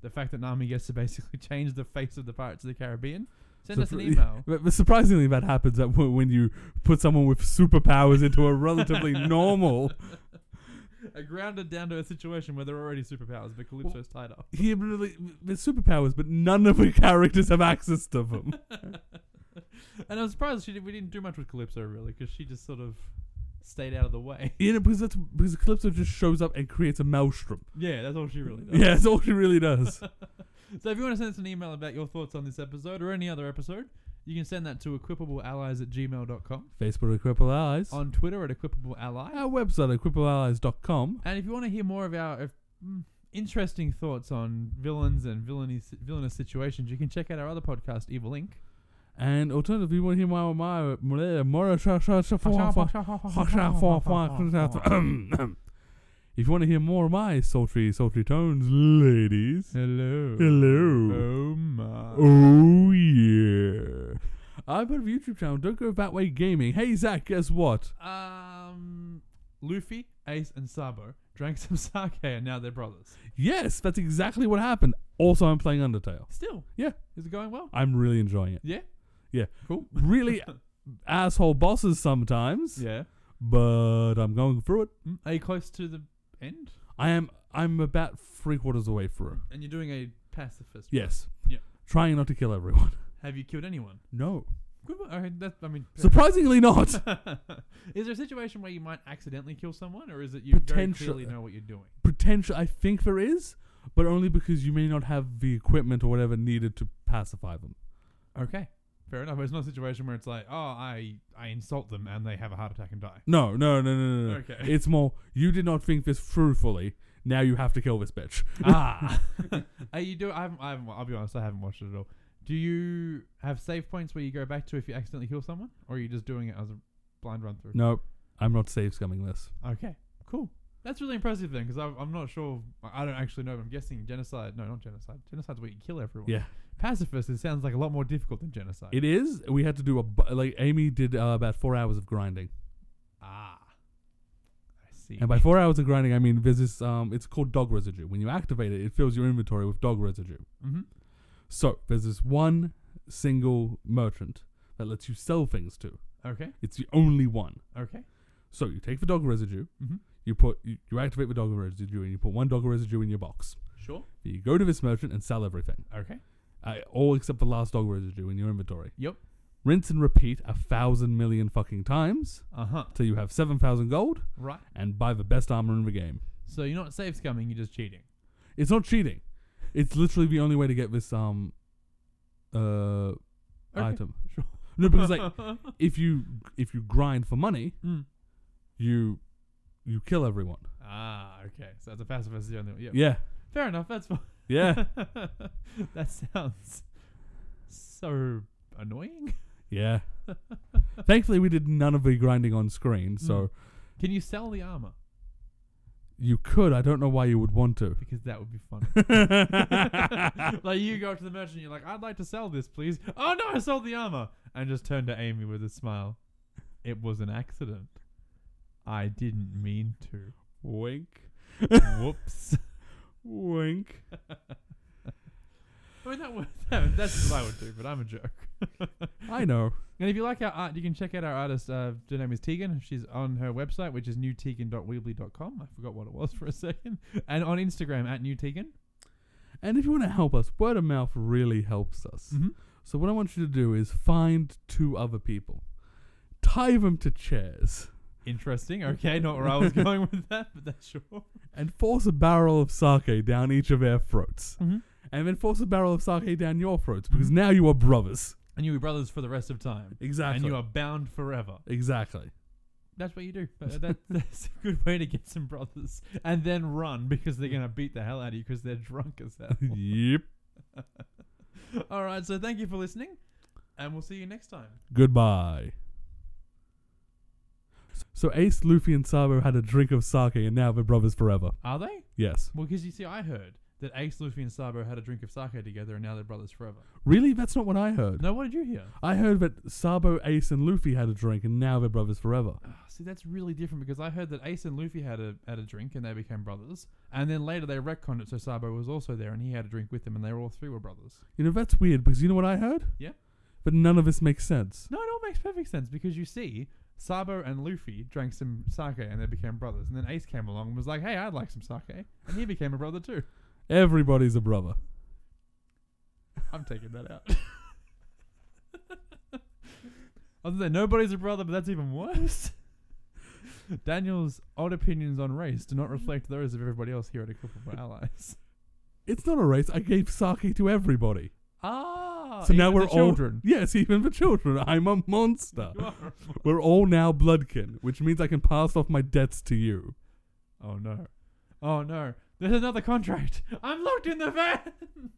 [SPEAKER 1] the fact that Nami gets to basically change the face of the Pirates of the Caribbean, send us an
[SPEAKER 2] Surpri-
[SPEAKER 1] email.
[SPEAKER 2] But but surprisingly, that happens that w- when you put someone with superpowers into a relatively normal.
[SPEAKER 1] A grounded down to a situation where they're already superpowers, but Calypso's tied up.
[SPEAKER 2] He really, there's superpowers, but none of the characters have access to them.
[SPEAKER 1] And I'm surprised she did, we didn't do much with Calypso really, because she just sort of stayed out of the way.
[SPEAKER 2] You know, because that's because Calypso just shows up and creates a maelstrom.
[SPEAKER 1] Yeah, that's all she really does.
[SPEAKER 2] Yeah, that's all she really does.
[SPEAKER 1] So if you want to send us an email about your thoughts on this episode or any other episode, you can send that to equipableallies at gmail.com,
[SPEAKER 2] Facebook at Cripple Allies.
[SPEAKER 1] on Twitter at equipablally,
[SPEAKER 2] our website at crippleallies.com.
[SPEAKER 1] and if you want to hear more of our if, mm, interesting thoughts on villains and villainy, villainous situations, you can check out our other podcast, Evil Inc.
[SPEAKER 2] And alternatively, you want to hear my my my more sha- sha- sha- fa- fa- fa- sha- fa- fa- fa- If you want to hear more of my sultry sultry tones, ladies.
[SPEAKER 1] Hello.
[SPEAKER 2] Hello.
[SPEAKER 1] Oh my.
[SPEAKER 2] Oh yeah. I've got a YouTube channel. Don't go that way gaming. Hey Zach, guess what?
[SPEAKER 1] Oh. Um, Luffy, Ace, and Sabo drank some sake and now they're brothers.
[SPEAKER 2] Yes, that's exactly what happened. Also, I'm playing Undertale.
[SPEAKER 1] Still.
[SPEAKER 2] Yeah.
[SPEAKER 1] Is it going well?
[SPEAKER 2] I'm really enjoying it.
[SPEAKER 1] Yeah.
[SPEAKER 2] Yeah.
[SPEAKER 1] Cool.
[SPEAKER 2] Really asshole bosses sometimes,
[SPEAKER 1] Yeah.
[SPEAKER 2] but I'm going through it.
[SPEAKER 1] Mm, Are you close to the end?
[SPEAKER 2] I am. I'm about three quarters away through. it.
[SPEAKER 1] And you're doing a pacifist.
[SPEAKER 2] Yes.
[SPEAKER 1] Yeah.
[SPEAKER 2] Trying not to kill everyone.
[SPEAKER 1] Have you killed anyone?
[SPEAKER 2] No.
[SPEAKER 1] Good. one. Okay, that, I mean, fair
[SPEAKER 2] Surprisingly not.
[SPEAKER 1] enough. is there a situation where you might accidentally kill someone, or is it you very
[SPEAKER 2] Potential-
[SPEAKER 1] clearly know what you're doing?
[SPEAKER 2] Potential. I think there is, but only because you may not have the equipment or whatever needed to pacify them.
[SPEAKER 1] Okay. Fair enough. It's not a situation where it's like, oh, I I insult them and they have a heart attack and die.
[SPEAKER 2] No. No. No. No. No. no.
[SPEAKER 1] Okay.
[SPEAKER 2] It's more. You did not think this through fully. Now you have to kill this bitch.
[SPEAKER 1] ah. Are you do? I haven't, I haven't. I'll be honest. I haven't watched it at all. Do you have save points where you go back to if you accidentally kill someone, or are you just doing it as a blind run through?
[SPEAKER 2] No. I'm not safe scumming this.
[SPEAKER 1] Okay. Cool. That's really impressive then, because I'm not sure. I I don't actually know. But I'm guessing genocide. No, not genocide. Genocide's where you kill everyone.
[SPEAKER 2] Yeah.
[SPEAKER 1] Pacifist. It sounds like a lot more difficult than genocide.
[SPEAKER 2] It is. We had to do a bu- like Amy did uh, about four hours of grinding,
[SPEAKER 1] ah. I see.
[SPEAKER 2] and by four hours of grinding, I mean there's this. Um, it's called dog residue. When you activate it, it fills your inventory with dog residue.
[SPEAKER 1] hmm
[SPEAKER 2] So there's this one single merchant that lets you sell things to.
[SPEAKER 1] Okay.
[SPEAKER 2] It's the only one.
[SPEAKER 1] Okay.
[SPEAKER 2] So you take the dog residue,
[SPEAKER 1] hmm
[SPEAKER 2] you put you, you activate the dog residue, and you put one dog residue in your box.
[SPEAKER 1] Sure.
[SPEAKER 2] Then you go to this merchant and sell everything,
[SPEAKER 1] Okay.
[SPEAKER 2] uh, all except the last dog residue in your inventory.
[SPEAKER 1] Yep.
[SPEAKER 2] Rinse and repeat a thousand million fucking times
[SPEAKER 1] Uh huh.
[SPEAKER 2] till you have seven thousand gold.
[SPEAKER 1] Right.
[SPEAKER 2] and buy the best armor in the game.
[SPEAKER 1] So you're not safe scumming. You're just cheating.
[SPEAKER 2] It's not cheating. It's literally the only way to get this um uh item.
[SPEAKER 1] Sure.
[SPEAKER 2] No, because like if you if you grind for money,
[SPEAKER 1] Mm.
[SPEAKER 2] you you kill everyone.
[SPEAKER 1] Ah, okay. So it's a pacifist is the only one. Yeah.
[SPEAKER 2] Yeah.
[SPEAKER 1] Fair enough. That's fine.
[SPEAKER 2] Yeah.
[SPEAKER 1] that sounds so annoying.
[SPEAKER 2] yeah. Thankfully we did none of the grinding on screen, so
[SPEAKER 1] Mm. Can you sell the armor?
[SPEAKER 2] you could. I don't know why you would want to.
[SPEAKER 1] Because that would be funny. like you go up to the merchant, you're like, "I'd like to sell this, please." Oh no, I sold the armor, and just turn to Amy with a smile. It was an accident. I didn't mean to.
[SPEAKER 2] Wink.
[SPEAKER 1] Whoops.
[SPEAKER 2] Wink.
[SPEAKER 1] I mean, that would, that, that's what I would do, but I'm a jerk.
[SPEAKER 2] I know.
[SPEAKER 1] And if you like our art, you can check out our artist. Uh, her name is Tegan. She's on her website, which is newtegan.weebly.com. I forgot what it was for a second. And on Instagram at newtegan.
[SPEAKER 2] And if you want to help us, word of mouth really helps us.
[SPEAKER 1] Mhm.
[SPEAKER 2] So what I want you to do is find two other people, tie them to chairs,
[SPEAKER 1] Interesting. Okay, not where I was going with that, but that's sure.
[SPEAKER 2] and force a barrel of sake down each of their throats,
[SPEAKER 1] Mhm.
[SPEAKER 2] and then force a barrel of sake down your throats because
[SPEAKER 1] Mhm.
[SPEAKER 2] now you are brothers.
[SPEAKER 1] And you'll be brothers for the rest of time.
[SPEAKER 2] Exactly.
[SPEAKER 1] And you are bound forever.
[SPEAKER 2] exactly.
[SPEAKER 1] That's what you do. Uh, that, that's a good way to get some brothers. And then run because they're going to beat the hell out of you because they're drunk as hell.
[SPEAKER 2] yep.
[SPEAKER 1] All right, so thank you for listening, and we'll see you next time.
[SPEAKER 2] Goodbye. So Ace, Luffy, and Sabo had a drink of sake, and now they're brothers forever.
[SPEAKER 1] Are they?
[SPEAKER 2] Yes.
[SPEAKER 1] Well, because you see, I heard that Ace, Luffy, and Sabo had a drink of sake together, and now they're brothers forever.
[SPEAKER 2] Really? That's not what I heard.
[SPEAKER 1] No, what did you hear?
[SPEAKER 2] I heard that Sabo, Ace, and Luffy had a drink, and now they're brothers forever.
[SPEAKER 1] Ah, see, that's really different because I heard that Ace and Luffy had a had a drink and they became brothers, and then later they retconned it so Sabo was also there and he had a drink with them, and they were all three were brothers.
[SPEAKER 2] You know, that's weird because you know what I heard?
[SPEAKER 1] Yeah.
[SPEAKER 2] But none of this makes sense.
[SPEAKER 1] No, it all makes perfect sense because you see, Sabo and Luffy drank some sake and they became brothers, and then Ace came along and was like, "Hey, I'd like some sake," and he became a brother too.
[SPEAKER 2] Everybody's a brother.
[SPEAKER 1] I'm taking that out. Other than nobody's a brother, but that's even worse. Daniel's odd opinions on race do not reflect those of everybody else here at a group of our allies.
[SPEAKER 2] It's not a race. I gave sake to everybody.
[SPEAKER 1] Ah,
[SPEAKER 2] so now
[SPEAKER 1] even
[SPEAKER 2] we're
[SPEAKER 1] the children. Oh,
[SPEAKER 2] all yes, even the children. I'm a monster.
[SPEAKER 1] You are.
[SPEAKER 2] we're all now bloodkin, which means I can pass off my debts to you.
[SPEAKER 1] Oh no, oh no. There's another contract. I'm locked in the van.